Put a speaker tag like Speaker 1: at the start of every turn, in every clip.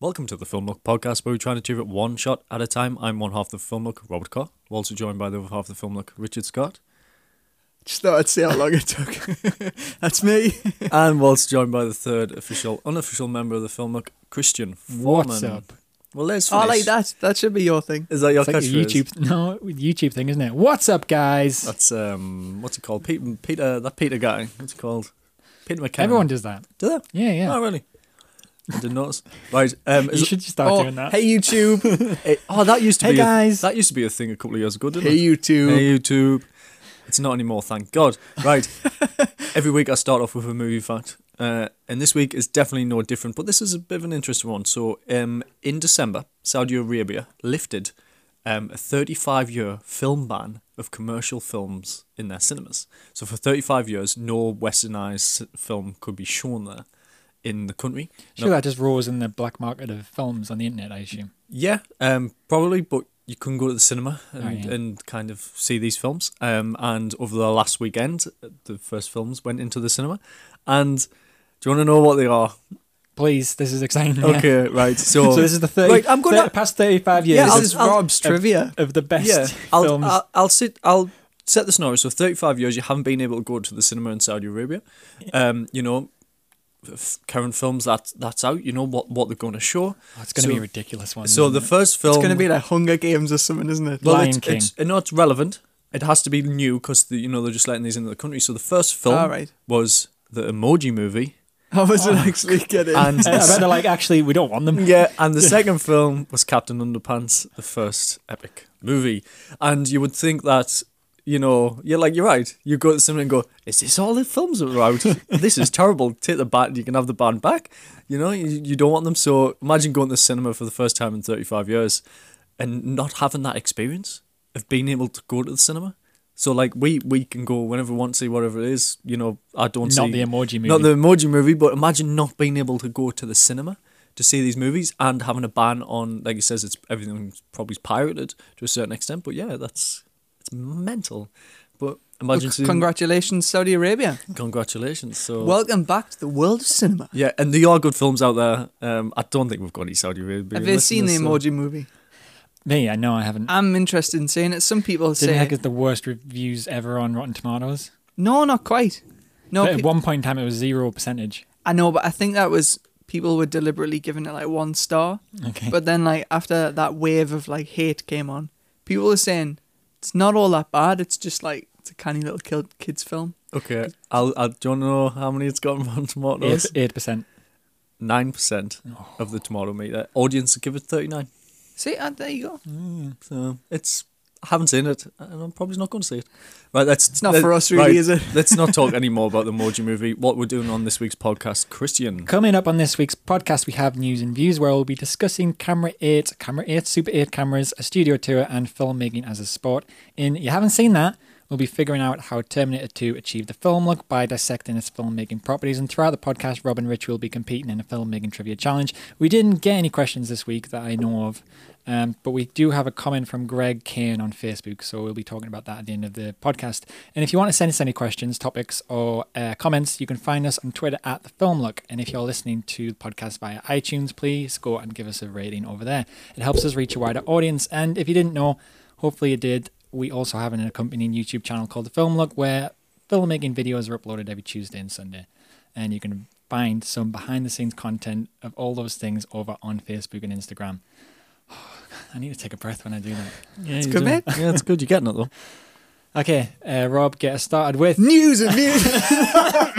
Speaker 1: Welcome to the Film Look podcast, where we try and achieve it one shot at a time. I'm one half of the Film Look, Robert Carr. We're also joined by the other half of the Film Look, Richard Scott.
Speaker 2: Just thought I'd see how long it took. That's me.
Speaker 1: and we're also joined by the third official, unofficial member of the Film Look, Christian Foreman.
Speaker 3: What's up?
Speaker 1: Well, let's
Speaker 2: Oh,
Speaker 1: finish.
Speaker 2: like that. That should be your thing.
Speaker 1: Is that your
Speaker 3: It's like a
Speaker 1: catchphrase?
Speaker 3: YouTube. No, with YouTube thing, isn't it? What's up, guys?
Speaker 1: That's, um, what's it called? Peter, Peter that Peter guy. What's it called? Peter McKenna.
Speaker 3: Everyone does that.
Speaker 1: Do that?
Speaker 3: Yeah, yeah.
Speaker 1: Oh, really? I didn't notice. Right. Um, is
Speaker 3: you
Speaker 1: it-
Speaker 3: should just start
Speaker 2: oh,
Speaker 3: doing that.
Speaker 2: hey YouTube.
Speaker 1: It- oh, that used to
Speaker 3: Hey,
Speaker 1: be
Speaker 3: guys.
Speaker 1: A, that used to be a thing a couple of years ago, didn't
Speaker 2: hey
Speaker 1: it?
Speaker 2: YouTube.
Speaker 1: Hey YouTube. It's not anymore, thank God. Right. Every week I start off with a movie fact. Uh, and this week is definitely no different, but this is a bit of an interesting one. So, um, in December, Saudi Arabia lifted um, a 35 year film ban of commercial films in their cinemas. So, for 35 years, no westernized s- film could be shown there in the country.
Speaker 3: Sure, that just roars in the black market of films on the internet, I assume.
Speaker 1: Yeah, um, probably, but you couldn't go to the cinema and,
Speaker 3: Oh, yeah.
Speaker 1: and kind of see these films. Um, and over the last weekend, the first films went into the cinema. And do you want to know what they are?
Speaker 3: Please, this is exciting. Yeah.
Speaker 1: Okay, right. So,
Speaker 3: So this is the 30,
Speaker 1: Right, I'm gonna-
Speaker 3: thir- past 35 years
Speaker 1: Yeah, I'll-
Speaker 2: this is
Speaker 1: I'll-
Speaker 2: Rob's trivia.
Speaker 3: of the best
Speaker 1: yeah, I'll,
Speaker 3: films.
Speaker 1: I'll I'll sit I'll set the scenario. So 35 years, you haven't been able to go to the cinema in Saudi Arabia. Um, you know, f- current films that that's out. You know what what they're going to show.
Speaker 3: Oh, it's going
Speaker 1: so-
Speaker 3: to be a ridiculous one.
Speaker 1: So the first film
Speaker 2: It's going to be like Hunger Games or something, isn't it?
Speaker 3: Well, Lion
Speaker 1: it's,
Speaker 3: King.
Speaker 1: It's, uh, no, it's relevant. It has to be new because the, you know they're just letting these into the country. So the first film
Speaker 2: All right.
Speaker 1: was the Emoji Movie,
Speaker 2: How was it actually getting?
Speaker 1: Oh, and
Speaker 3: I bet they're like, actually, we don't want them.
Speaker 1: yeah, and the second film was Captain Underpants, the first epic movie. And you would think that you know you're like you're right. You go to cinema and go, is this all the films that are out? this is terrible. Take the bat. You can have the band back. You know you, you don't want them. So imagine going to the cinema for the first time in 35 years, and not having that experience of being able to go to the cinema. So like we we can go whenever we want to see whatever it is. You know I don't
Speaker 3: Not
Speaker 1: see
Speaker 3: the emoji movie.
Speaker 1: not the emoji movie, but imagine not being able to go to the cinema to see these movies and having a ban on, like he says, it's everything's probably pirated to a certain extent. But yeah, that's it's mental. But
Speaker 2: Well,
Speaker 1: imagine
Speaker 2: c-
Speaker 1: seeing-
Speaker 2: congratulations, Saudi Arabia.
Speaker 1: congratulations. So
Speaker 2: Welcome back to the world of cinema.
Speaker 1: yeah, and there are good films out there. Um, I don't think we've got any Saudi Arabia.
Speaker 2: Have you seen the
Speaker 1: listeners, so-
Speaker 2: emoji movie?
Speaker 3: Me, I know I haven't.
Speaker 2: I'm interested in seeing it. Some people
Speaker 3: Didn't
Speaker 2: say,
Speaker 3: heck is the worst reviews ever on Rotten Tomatoes.
Speaker 2: no, not quite. No,
Speaker 3: But at
Speaker 2: pe-
Speaker 3: one point in time, it was zero percentage.
Speaker 2: I know, but I think that was people were deliberately giving it like one star.
Speaker 3: Okay.
Speaker 2: But then, like after that wave of like hate came on, people were saying it's not all that bad. It's just like it's a canny little kid, kids film.
Speaker 1: Okay, I'll, I'll. Do you want to know how many it's gotten on tomatoes?
Speaker 3: eight percent.
Speaker 1: Nine percent of the tomato meter. Audience give it thirty nine.
Speaker 2: See, uh, there you go.
Speaker 1: So it's I haven't seen it, and I'm probably not going to see it. Right, that's
Speaker 2: It's not for us really, is it?
Speaker 1: let's not talk any more about the Moji movie. What we're doing on this week's podcast, Christian.
Speaker 3: Coming up on this week's podcast, we have news and views where we'll be discussing Camera 8, Camera 8 Super 8 cameras, a studio tour, and filmmaking as a sport. In You Haven't Seen That, we'll be figuring out how Terminator 2 achieved the film look by dissecting its filmmaking properties. And throughout the podcast, Rob and Rich will be competing in a filmmaking trivia challenge. We didn't get any questions this week that I know of, um, but we do have a comment from Greg Kane on Facebook, so we'll be talking about that at the end of the podcast. And if you want to send us any questions, topics, or uh, comments, you can find us on Twitter at The Film Look. And if you're listening to the podcast via iTunes, please go and give us a rating over there. It helps us reach a wider audience. And if you didn't know, hopefully you did, we also have an accompanying YouTube channel called The Film Look where filmmaking videos are uploaded every Tuesday and Sunday. And you can find some behind the scenes content of all those things over on Facebook and Instagram. I need to take a breath when I do that.
Speaker 1: it's
Speaker 2: good, mate.
Speaker 1: Yeah, it's good. You're getting it though.
Speaker 3: Okay, uh, Rob, get us started with.
Speaker 2: News and views.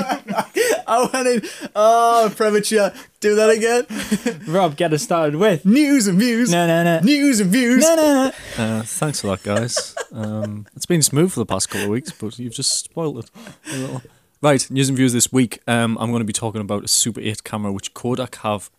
Speaker 2: I wanted oh premature. Do that again.
Speaker 3: Rob, get us started with.
Speaker 2: News and views.
Speaker 3: No, no, no.
Speaker 2: News and views.
Speaker 3: No, no,
Speaker 1: Uh, thanks for that, guys. Um, it's been smooth for the past couple of weeks, but you've just spoiled it a little. Right, news and views this week. Um, I'm going to be talking about a Super 8 camera which Kodak have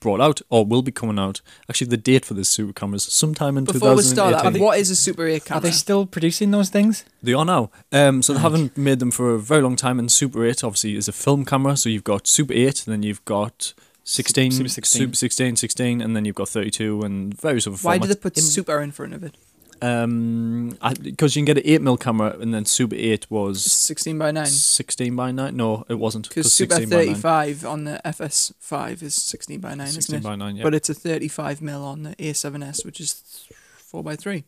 Speaker 1: brought out or will be coming out. Actually, the date for this Super camera is sometime in
Speaker 2: Before we start
Speaker 1: 2018.
Speaker 2: that, what is a Super 8
Speaker 3: no. Are
Speaker 2: camera?
Speaker 3: they still producing those things?
Speaker 1: They are now. Um, so they haven't made them for a very long time. And Super 8 obviously is a film camera. So you've got Super 8, and then you've got 16,
Speaker 3: Super 16.
Speaker 1: Super 16, 16, and then you've got 32 and various other
Speaker 2: Why
Speaker 1: formats.
Speaker 2: do they put
Speaker 1: In-
Speaker 2: Super in front of it?
Speaker 1: Um, because you can get an eight mil camera, and then Super Eight was
Speaker 2: 16 by 9.
Speaker 1: sixteen by nine. No, it wasn't.
Speaker 2: Because Super
Speaker 1: 16 by nine.
Speaker 2: 35 on the FS5 is 16 by 9, isn't
Speaker 1: 16
Speaker 2: it?
Speaker 1: by nine. Yeah.
Speaker 2: But it's a 35 mil on the A7S, which is 4 by 3.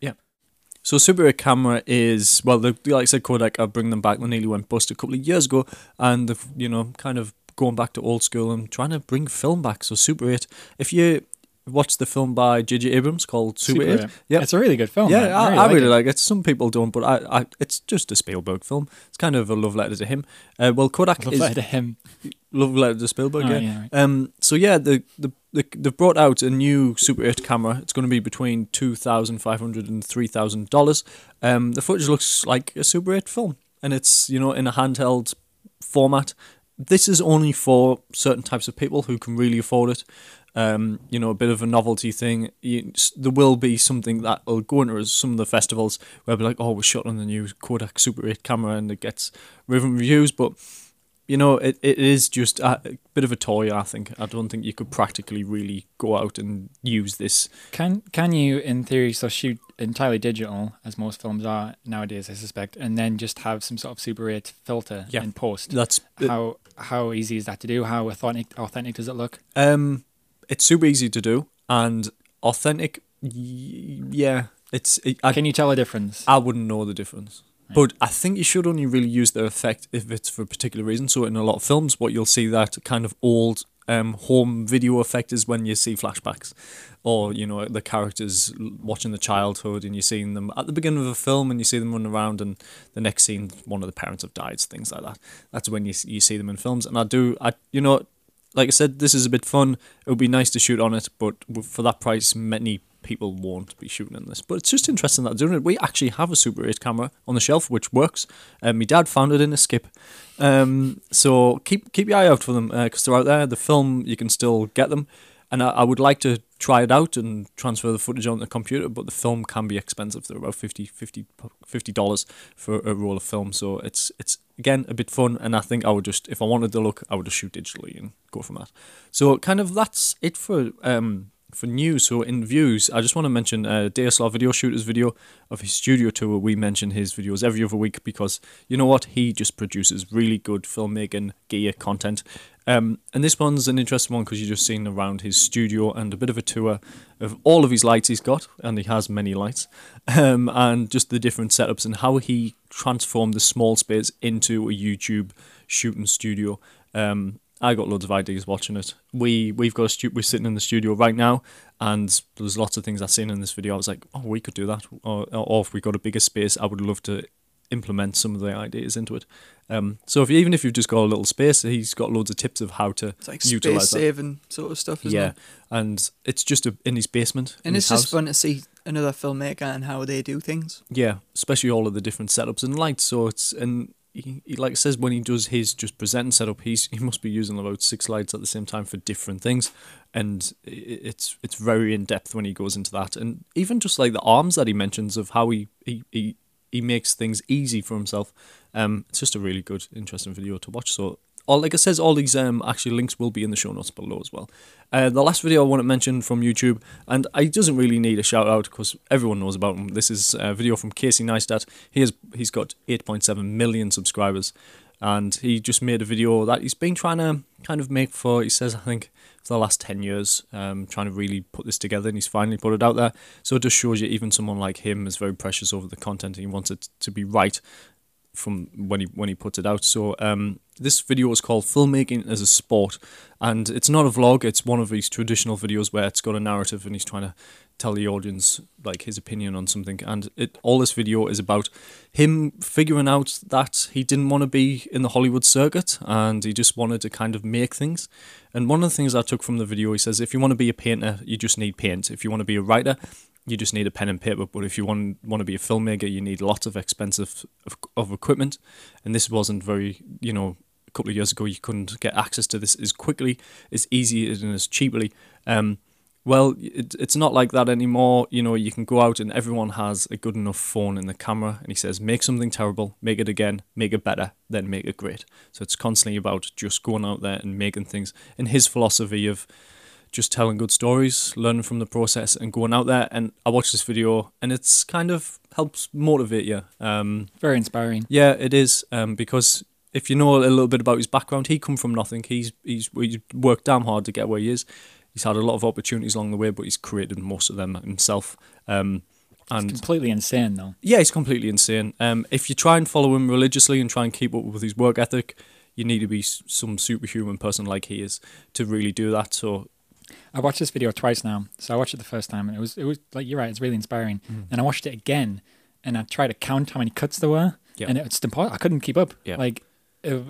Speaker 1: So Super 8 camera is well, the, like I said, Kodak. I bring them back. They nearly went bust a couple of years ago, and they've you know kind of going back to old school and trying to bring film back. So Super Eight. If you watch the film by J.J. Abrams called Super, Eight, Yep.
Speaker 3: It's a really good film.
Speaker 1: yeah,
Speaker 3: Oh, man.
Speaker 1: I, I really,
Speaker 3: like it.
Speaker 1: like it. Some people don't, but I, I, it's just a Spielberg film. It's kind of a love letter to him. Uh, well, Kodak
Speaker 3: Love
Speaker 1: is
Speaker 3: letter to him.
Speaker 1: love letter to Spielberg.
Speaker 3: Oh,
Speaker 1: yeah.
Speaker 3: yeah, right.
Speaker 1: Um, so yeah, the, the, the they've brought out a new Super 8 camera. It's going to be between two thousand five hundred and three thousand dollars. Um, the footage looks like a Super 8 film, and it's you know in a handheld format. This is only for certain types of people who can really afford it. Um, you know, a bit of a novelty thing. You, s- there will be something that will go into some of the festivals where they'll be like, "Oh, we're shot on the new Kodak Super 8 camera," and it gets raving reviews. But you know, it, it is just a, a bit of a toy, I think. I don't think you could practically really go out and use this.
Speaker 3: Can can you, in theory, so shoot entirely digital as most films are nowadays, I suspect, and then just have some sort of Super 8 filter
Speaker 1: Yeah.
Speaker 3: in post?
Speaker 1: That's
Speaker 3: How how easy is that to do? How authentic authentic does it look?
Speaker 1: um, it's super easy to do and authentic. y- Yeah, it's. It, I,
Speaker 3: Can you tell a difference?
Speaker 1: I wouldn't know the difference.
Speaker 3: Right.
Speaker 1: But I think you should only really use the effect if it's for a particular reason. So in a lot of films, what you'll see that kind of old um, home video effect is when you see flashbacks, or you know the characters l- watching the childhood, and you're seeing them at the beginning of a film, and you see them running around, and the next scene, one of the parents have died, things like that. That's when you s- you see them in films, and I do, I you know, like I said, this is a bit fun. It would be nice to shoot on it, but w- for that price, many people won't be shooting on this. But it's just interesting that they're doing it. We actually have a Super 8 camera on the shelf, which works. Um, my dad found it in a skip. Um, so keep keep your eye out for them because they're out there. The film, you can still get them. And I, I would like to try it out and transfer the footage onto the computer, but the film can be expensive. They're about 50 50 dollars for a roll of film. So it's it's again a bit fun, and I think I would just if I wanted to look, I would just shoot digitally and go from that. So kind of that's it for um for news. So in views, I just want to mention uh, DSLR Video Shooter's video of his studio tour. We mention his videos every other week because you know what? He just produces really good filmmaking gear content. Um, and this one's an interesting one because you're just seeing around his studio and a bit of a tour of all of his lights he's got, and he has many lights, um, and just the different setups and how he transformed the small space into a YouTube shooting studio. Um, I got loads of ideas watching it. We we've got a stu- we're sitting in the studio right now, and there's lots of things I've seen in this video. I was like, oh, we could do that, or, or if we got a bigger space, I would love to implement some of the ideas into it. Um, so if you, even if you've just got a little space, he's got loads of tips of how to
Speaker 2: It's like space
Speaker 1: utilize that.
Speaker 2: saving sort of stuff, isn't
Speaker 1: Yeah,
Speaker 2: it?
Speaker 1: and it's just a, in his basement. in
Speaker 2: And
Speaker 1: his
Speaker 2: it's
Speaker 1: house.
Speaker 2: just fun to see another filmmaker and how they do things.
Speaker 1: Yeah, especially all of the different setups and lights. So it's and he, he like says when he does his just presenting setup, he's he must be using about six lights at the same time for different things, and i- i it's it's very in depth when he goes into that, and even just like the arms that he mentions of how he he. he he makes things easy for himself. Um, it's just a really good, interesting video to watch. So, all like I says, all these um actually links will be in the show notes below as well. Uh, the last video I want to mention from YouTube, and I doesn't really need a shout out because everyone knows about him. This is a video from Casey Neistat. He has he's got 8.7 million subscribers, and he just made a video that he's been trying to kind of make for. He says I think for the last 10 years, um, trying to really put this together, and he's finally put it out there. So it just shows you even someone like him is very precious over the content, and he wants it to be right from when he when he puts it out. So um, this video is called "Filmmaking as a Sport," and it's not a vlog. It's one of these traditional videos where it's got a narrative and he's trying to tell the audience like his opinion on something. And it all this video is about him figuring out that he didn't want to be in the Hollywood circuit and he just wanted to kind of make things. And one of the things I took from the video, he says, if you want to be a painter, you just need paint. If you want to be a writer, you just need a pen and paper. But if you want want to be a filmmaker, you need lots of expensive of, of equipment, and this wasn't very you know a couple of years ago. You couldn't get access to this as quickly, as easy, and as cheaply. Um, well, it, it's not like that anymore. You know, you can go out and everyone has a good enough phone and the camera. And he says, make something terrible, make it again, make it better, then make it great. So it's constantly about just going out there and making things. And his philosophy of just telling good stories, learning from the process, and going out there. And I watched this video, and it's kind of helps motivate you. Um,
Speaker 3: Very inspiring.
Speaker 1: yeah, it is um, because if you know a little bit about his background, he come from nothing. He's he's he's worked damn hard to get where he is. He's had a lot of opportunities along the way, but he's created most of them himself. Um,
Speaker 3: It's
Speaker 1: and
Speaker 3: completely insane, though.
Speaker 1: yeah, he's completely insane. Um, if you try and follow him religiously and try and keep up with his work ethic, you need to be s- some superhuman person like he is to really do that. So
Speaker 3: I watched this video twice now. So I watched it the first time, and it was it was like you're right. It's really inspiring.
Speaker 1: Mm.
Speaker 3: And I watched it again, and I tried to count how many cuts there were,
Speaker 1: Yeah.
Speaker 3: and it's impossible. I couldn't keep up.
Speaker 1: Yeah.
Speaker 3: Like, if,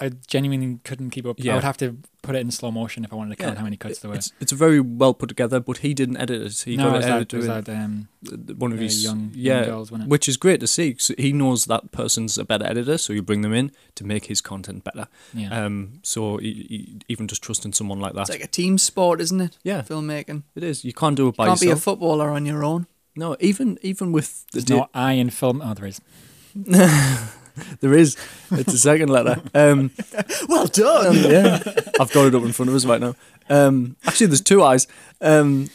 Speaker 3: I genuinely couldn't keep up. I
Speaker 1: Yeah.
Speaker 3: would have to put it in slow motion if I wanted to count
Speaker 1: Yeah,
Speaker 3: how many cuts there were.
Speaker 1: it's it's very well put together, but he didn't edit it. He
Speaker 3: no, it
Speaker 1: got
Speaker 3: was
Speaker 1: it
Speaker 3: that, it
Speaker 1: edited
Speaker 3: was
Speaker 1: in
Speaker 3: that um,
Speaker 1: th- one of
Speaker 3: uh,
Speaker 1: his
Speaker 3: young,
Speaker 1: yeah,
Speaker 3: young girls, wasn't it?
Speaker 1: which is great to see. 'cause he knows that person's a better editor, so you bring them in to make his content better.
Speaker 3: yeah.
Speaker 1: Um, so he, he, even just trusting someone like that,
Speaker 2: It's like a team sport, isn't it?
Speaker 1: Ah. yeah,
Speaker 2: Filmmaking.
Speaker 1: it is. You can't do it by
Speaker 2: Can't be a
Speaker 1: yourself.
Speaker 2: footballer on your own.
Speaker 1: no, even even with the
Speaker 3: There's
Speaker 1: di-
Speaker 3: no I in film. Oh, there is.
Speaker 1: there is. It's a second letter. Um,
Speaker 2: Well done.
Speaker 1: um, yeah, I've got it up in front of us right now. Um, actually, there's two eyes, um,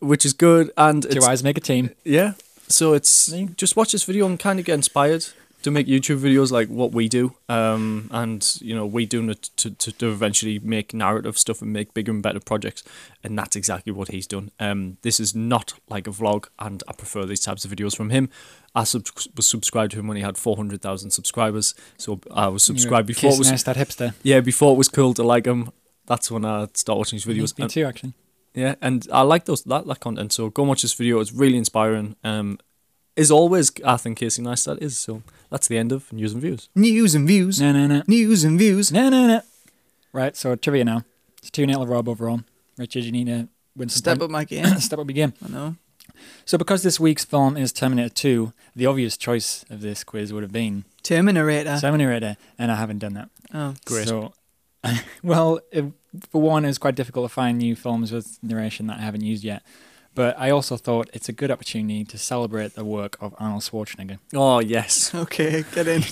Speaker 1: which is good, and
Speaker 3: Two
Speaker 1: it's
Speaker 3: eyes make a team.
Speaker 1: Yeah. So it's
Speaker 3: Yeah.
Speaker 1: just watch this video and kind of get inspired to make YouTube videos like what we do. Um, and you know we doing it to, to, to eventually make narrative stuff and make bigger and better projects. And that's exactly what he's done. Um, this is not like a vlog, and I prefer these types of videos from him. I sub- was subscribed to him when he had four hundred thousand subscribers. So I was subscribed
Speaker 3: You're
Speaker 1: before it was
Speaker 3: kissing ass, that hipster.
Speaker 1: yeah before it was cool to like him. That's when I start watching his videos.
Speaker 3: Me
Speaker 1: And-
Speaker 3: too, actually.
Speaker 1: yeah, and I like those that, that content. So go and watch this video. It's really inspiring. Um, is always I think Casey Neistat is. So that's the end of news and views.
Speaker 2: News and views.
Speaker 3: No, no, no.
Speaker 2: News and views.
Speaker 3: No, no, no. Right, so trivia now. It's 2 0 Rob overall. Richard, you need to win some
Speaker 2: Step
Speaker 3: point-
Speaker 2: up my game.
Speaker 3: Step up your game.
Speaker 2: I know.
Speaker 3: So, because this week's film is Terminator 2, the obvious choice of this quiz would have been
Speaker 2: Terminator.
Speaker 3: Terminator, and I haven't done that.
Speaker 2: oh.
Speaker 1: Great.
Speaker 3: So, well, it, for one, it was quite difficult to find new films with narration that I haven't used yet. But I also thought it's a good opportunity to celebrate the work of Arnold Schwarzenegger
Speaker 1: Oh yes,
Speaker 2: Okay, get in.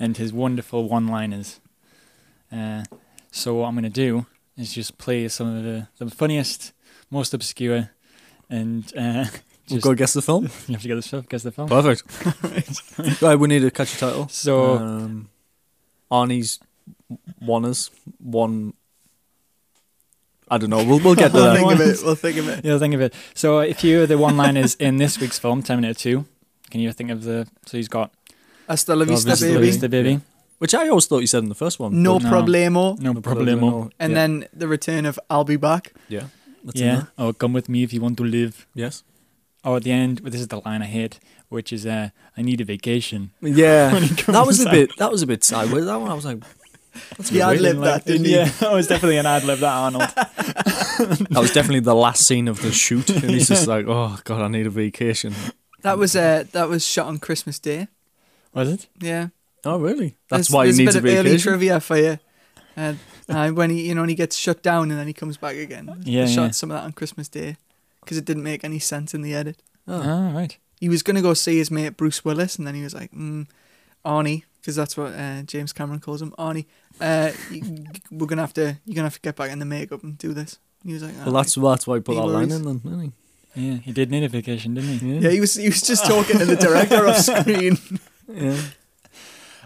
Speaker 3: and his wonderful one-liners. Uh, so what I'm going to do is just play some of the, the funniest, most obscure, and uh,
Speaker 1: we'll
Speaker 3: just,
Speaker 1: go guess the film.
Speaker 3: you have to get the stuff, guess the film.
Speaker 1: Perfect. right, we need to catch a title.
Speaker 3: So-
Speaker 1: um, Arnie's Wanners one. I don't know. We'll we'll get to
Speaker 2: We'll
Speaker 1: that.
Speaker 2: think of it. We'll think of it.
Speaker 3: You'll think of it. So if you're the one-liners in this week's film, Terminator 2, can you think of the? So he's got
Speaker 2: Hasta la vista,
Speaker 1: Obviously.
Speaker 2: baby.
Speaker 3: the baby.
Speaker 1: Which I always thought you said in the first one.
Speaker 2: No
Speaker 3: No.
Speaker 2: problemo.
Speaker 3: No problemo.
Speaker 2: And
Speaker 1: yeah.
Speaker 2: then the return of I'll be back.
Speaker 1: yeah, that's in
Speaker 3: Yeah.
Speaker 1: there.
Speaker 3: Oh, come with me if you want to live.
Speaker 1: Yes.
Speaker 3: Oh, at the end, well, this is the line I hate, which is, uh, "I need a vacation."
Speaker 1: Yeah,
Speaker 3: When he comes
Speaker 1: that was a
Speaker 3: out.
Speaker 1: bit. That was a bit sideways. That one, I was like, that's a
Speaker 2: Yeah,
Speaker 1: bit
Speaker 2: I'd
Speaker 1: weird.
Speaker 2: lived that, didn't he?
Speaker 3: Yeah, that was definitely an ad lib. That Arnold.
Speaker 1: That was definitely the last scene of the shoot, and he's just like, "Oh God, I need a vacation."
Speaker 2: That was uh, that was shot on Christmas Day.
Speaker 3: was it?
Speaker 2: Yeah.
Speaker 1: Oh, really? That's
Speaker 2: There's-
Speaker 1: why he
Speaker 2: there's
Speaker 1: needs a,
Speaker 2: a bit of early
Speaker 1: vacation.
Speaker 2: trivia for you. Uh, uh, when he, you know, when he gets shut down and then he comes back again.
Speaker 3: Yeah,
Speaker 2: They shot
Speaker 3: yeah.
Speaker 2: some of that on Christmas Day because it didn't make any sense in the edit.
Speaker 1: Oh.
Speaker 3: Oh, right.
Speaker 2: He was gonna go see his mate Bruce Willis, and then he was like, mm, "Arnie," because that's what uh, James Cameron calls him, Arnie. Uh, you- we're gonna have to, you're gonna have to get back in the makeup and do this. And he was like,
Speaker 1: Well, that's that's why he put
Speaker 2: He
Speaker 1: that line
Speaker 2: worries.
Speaker 1: in then, didn't
Speaker 3: Yeah, he did need a vacation, didn't he?
Speaker 1: he?
Speaker 2: yeah." He was, he was just talking to the director off screen.
Speaker 1: yeah.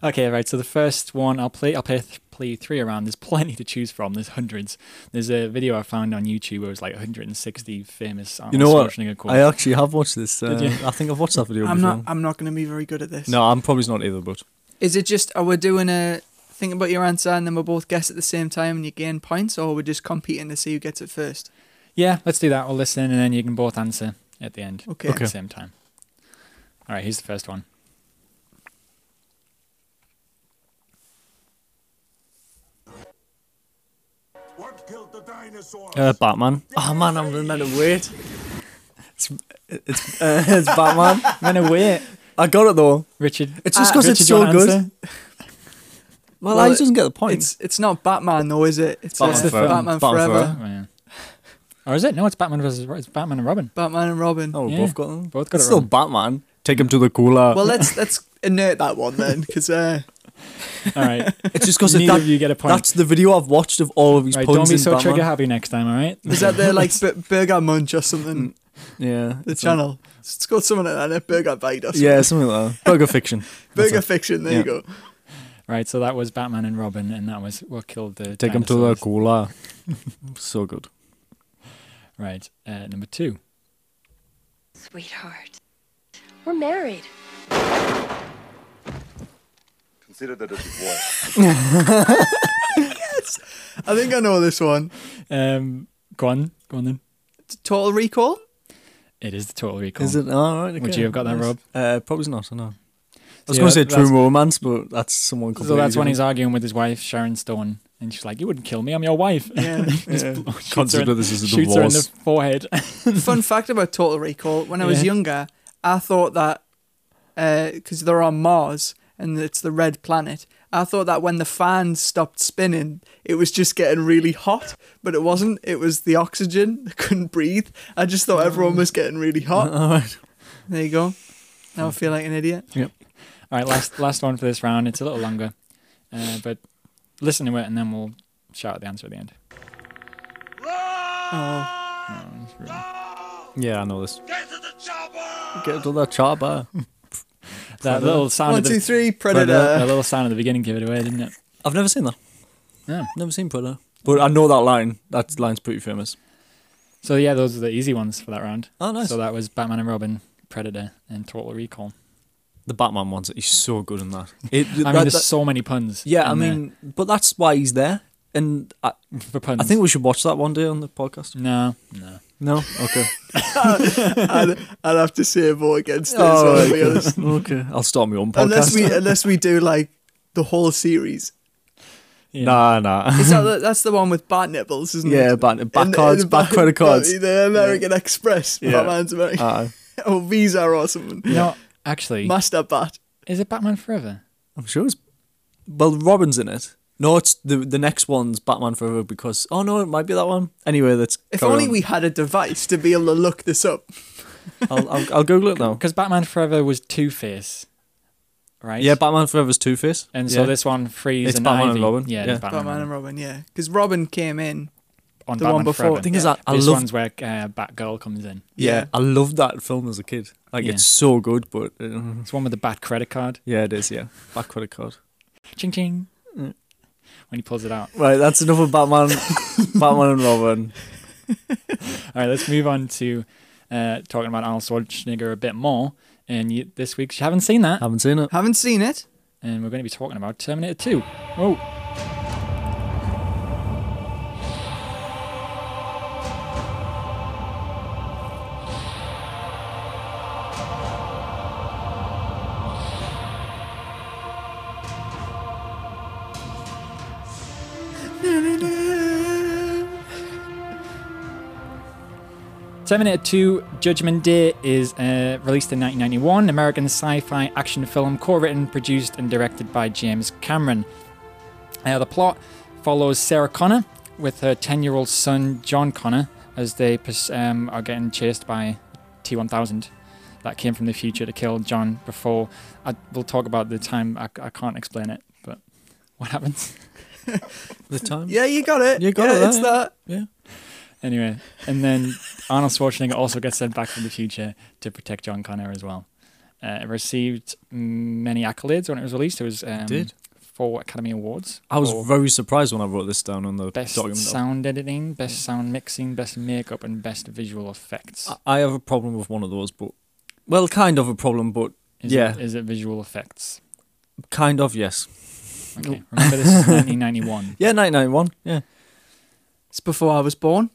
Speaker 3: Okay, right. So the first one I'll play. I'll play, th- play three around. There's plenty to choose from. There's hundreds. There's a video I found on YouTube where it was like 160 famous um, Arnold
Speaker 1: You know what?
Speaker 3: Schwarzenegger quotes.
Speaker 1: I actually have watched this. Uh,
Speaker 3: Did you?
Speaker 1: I think I've watched that video
Speaker 2: I'm
Speaker 1: before.
Speaker 2: not, I'm not gonna be very good at this.
Speaker 1: no, I'm probably not either, but
Speaker 2: Is it just are we doing a think about your answer and then we both guess at the same time and you gain points, or we're just competing to see who gets it first?
Speaker 3: yeah, let's do that. We'll listen, and then you can both answer at the end.
Speaker 2: Okay.
Speaker 3: At
Speaker 1: Okay.
Speaker 3: the same time. All right. Here's the first one.
Speaker 4: What killed the dinosaurs?
Speaker 1: uh, Batman. Oh man, I'm the men of wait. It's it's uh, it's Batman.
Speaker 3: I'm gonna wait,
Speaker 1: I got it though.
Speaker 3: Richard.
Speaker 1: It's just
Speaker 2: Uh,
Speaker 1: 'cause
Speaker 3: Richard,
Speaker 1: it's
Speaker 3: do you
Speaker 1: so
Speaker 3: wanna
Speaker 1: good.
Speaker 3: answer?
Speaker 1: Well,
Speaker 2: Well,
Speaker 1: I just doesn't get the points.
Speaker 2: It's it's not Batman though, is it? It's
Speaker 1: Batman
Speaker 2: uh,
Speaker 1: Forever.
Speaker 2: Batman,
Speaker 1: Batman
Speaker 2: Forever.
Speaker 1: Forever.
Speaker 3: Oh, yeah. Or is it? No, it's Batman versus Ro- it's Batman and Robin.
Speaker 2: Batman and Robin.
Speaker 1: Oh, we
Speaker 3: yeah.
Speaker 1: both got them.
Speaker 3: Both got
Speaker 1: it's
Speaker 3: it
Speaker 1: still
Speaker 3: wrong.
Speaker 1: Batman. Take him to the cooler.
Speaker 2: Well, let's let's inert that one then, because uh,
Speaker 3: All right.
Speaker 1: It's just because
Speaker 3: Neither
Speaker 1: that,
Speaker 3: of you get a point.
Speaker 1: That's the video I've watched of all of his
Speaker 3: Right,
Speaker 1: puns
Speaker 3: don't be
Speaker 1: in
Speaker 3: so
Speaker 1: Batman.
Speaker 3: trigger happy next time, all right?
Speaker 2: Is that their like b- Burger Munch or something?
Speaker 1: Yeah,
Speaker 2: The
Speaker 1: Mm. it's on-
Speaker 2: channel. It's called something like that. eh? Burger Bite or something.
Speaker 1: Yeah, something like that. Burger fiction. That's
Speaker 2: Burger
Speaker 1: it.
Speaker 2: Fiction. There
Speaker 1: Yeah.
Speaker 2: you go.
Speaker 3: Right, so that was Batman and Robin, and that was what killed the.
Speaker 1: Take him to the
Speaker 3: dinosaurs.
Speaker 1: cooler. so good.
Speaker 3: Right, uh, number two.
Speaker 5: Sweetheart, we're married.
Speaker 4: Consider that a divorce.
Speaker 2: I think I know this one.
Speaker 3: Um, go on, go on then.
Speaker 2: Total Recall.
Speaker 3: It is the Total Recall.
Speaker 1: Is it all right?
Speaker 3: Would
Speaker 1: okay,
Speaker 3: you have got that,
Speaker 1: nice.
Speaker 3: Rob?
Speaker 1: Uh, probably not. I know. I was
Speaker 3: Yeah,
Speaker 1: going to say
Speaker 3: that's-
Speaker 1: True Romance, but that's someone
Speaker 3: So
Speaker 1: completely.
Speaker 3: that's when he's
Speaker 1: different.
Speaker 3: arguing with his wife, Sharon Stone, and she's like, "You wouldn't kill me. I'm your wife."
Speaker 2: Yeah.
Speaker 1: Yeah.
Speaker 3: Shoots her
Speaker 1: Consider
Speaker 3: in-
Speaker 1: this as a
Speaker 3: shoots her in the
Speaker 1: divorce.
Speaker 3: forehead.
Speaker 2: Fun fact about Total Recall: when I was
Speaker 3: Yeah.
Speaker 2: younger, I thought that because they're on Mars and it's the red planet, I thought that when the fans stopped spinning, it was just getting really hot, but it wasn't. It was the oxygen; I couldn't breathe. I just thought everyone was getting really hot.
Speaker 1: All right.
Speaker 2: There you go. Now I feel like an idiot.
Speaker 3: All right, last last one for this round. It's a little longer, uh, but listen to it, and then we'll shout out the answer at the end.
Speaker 2: Oh,
Speaker 3: Oh, it's really-
Speaker 1: Yeah, I know this.
Speaker 4: Get to the chopper!
Speaker 1: Get to that chart bar.
Speaker 3: That little sound.
Speaker 2: one,
Speaker 3: of the,
Speaker 2: two, three,
Speaker 3: That
Speaker 2: Predator.
Speaker 3: little sound at the beginning gave it away, didn't it?
Speaker 1: I've never seen that.
Speaker 3: Yeah.
Speaker 1: Never seen Predator. But I know that line. That line's pretty famous.
Speaker 3: So yeah, those are the easy ones for that round.
Speaker 1: Oh, nice.
Speaker 3: So that was Batman and Robin, Predator, and Total Recall.
Speaker 1: the Batman ones. He's so good in that. It,
Speaker 3: I mean,
Speaker 1: that-
Speaker 3: there's
Speaker 1: that-
Speaker 3: so many puns.
Speaker 1: yeah, I
Speaker 3: in there
Speaker 1: mean, but that's why he's there. And I,
Speaker 3: for puns.
Speaker 1: I think we should watch that one day on the podcast.
Speaker 3: no, no.
Speaker 1: No, okay.
Speaker 2: I'd, I'd have to say a vote against this.
Speaker 1: All
Speaker 2: I'll
Speaker 1: right,
Speaker 2: be honest.
Speaker 1: okay. I'll start my own podcast.
Speaker 2: Unless we unless we do like the whole series.
Speaker 3: Yeah.
Speaker 1: Nah, nah.
Speaker 2: Is that the, that's the one with bat nipples, isn't it?
Speaker 1: Yeah, bad,
Speaker 2: In
Speaker 1: bad
Speaker 2: the-
Speaker 1: cards,
Speaker 2: in the
Speaker 1: bad credit cards.
Speaker 2: The American Express,
Speaker 1: Yeah. Ah.
Speaker 2: Batman's American,
Speaker 1: Aye.
Speaker 2: or Oh, Visa or something.
Speaker 3: You know, actually,
Speaker 2: Master Bat.
Speaker 3: is it Batman Forever?
Speaker 1: I'm sure it's. Well, Robin's in it. No, it's the the next one's Batman Forever because oh no, it might be that one. Anyway, that's.
Speaker 2: If only we had a device to be able to look this up.
Speaker 1: I'll, I'll I'll Google it now.
Speaker 3: Because Batman Forever was Two Face, right?
Speaker 1: Yeah, Batman Forever's Two Face.
Speaker 3: and so
Speaker 1: yeah.
Speaker 3: this one freeze
Speaker 1: It's
Speaker 3: and
Speaker 1: Batman and
Speaker 3: Ivy.
Speaker 1: Robin.
Speaker 3: Yeah, it
Speaker 1: Yeah.
Speaker 3: is Batman,
Speaker 2: Batman
Speaker 3: and
Speaker 2: and
Speaker 3: Robin.
Speaker 2: Robin, yeah, because Robin came in.
Speaker 3: on
Speaker 2: the
Speaker 3: Batman
Speaker 2: one before.
Speaker 3: Forever.
Speaker 1: The thing is,
Speaker 2: Yeah.
Speaker 1: I, I
Speaker 3: this
Speaker 1: love
Speaker 3: one's where uh, Batgirl comes in.
Speaker 1: Yeah, I love that film as a kid. Like
Speaker 3: Yeah.
Speaker 1: it's so good, but uh,
Speaker 3: It's one with the Bat credit card.
Speaker 1: yeah, it is. Yeah, back credit card.
Speaker 3: Ching ching.
Speaker 1: Mm.
Speaker 3: When he pulls it out.
Speaker 1: Right, that's enough of Batman, Batman and Robin.
Speaker 3: All right, let's move on to uh, talking about Arnold Schwarzenegger a bit more. And you, this week, you haven't seen that,
Speaker 1: Haven't seen it.
Speaker 2: Haven't seen it.
Speaker 3: and we're going to be talking about Terminator 2. Oh, Terminator 2 Judgment Day is uh, released in 1991, American sci-fi action film co-written, produced, and directed by James Cameron. Uh, the plot follows Sarah Connor with her 10-year-old son John Connor as they pers- um, are getting chased by T-1000 that came from the future to kill John. Before I, we'll talk about the time. I, I can't explain it, but what happens?
Speaker 1: The time.
Speaker 2: Yeah, you got it.
Speaker 1: You got
Speaker 2: yeah,
Speaker 1: it,
Speaker 2: It's
Speaker 1: eh?
Speaker 2: that.
Speaker 3: Anyway, and then Arnold Schwarzenegger also gets sent back from the future to protect John Connor as well. Uh, it received many accolades when it was released. It was um,
Speaker 1: did.
Speaker 3: four Academy Awards.
Speaker 1: I was
Speaker 2: Oh.
Speaker 3: for
Speaker 1: very surprised when I wrote this down on the
Speaker 3: best
Speaker 1: document.
Speaker 3: sound editing, best sound mixing, best makeup, and best visual effects.
Speaker 1: I- I have a problem with one of those, but well, kind of a problem, but
Speaker 3: Is
Speaker 1: yeah.
Speaker 3: it, is it visual effects?
Speaker 1: kind of yes.
Speaker 3: Okay, remember this is 1991.
Speaker 1: Yeah, 1991. Yeah,
Speaker 2: It's before I was born.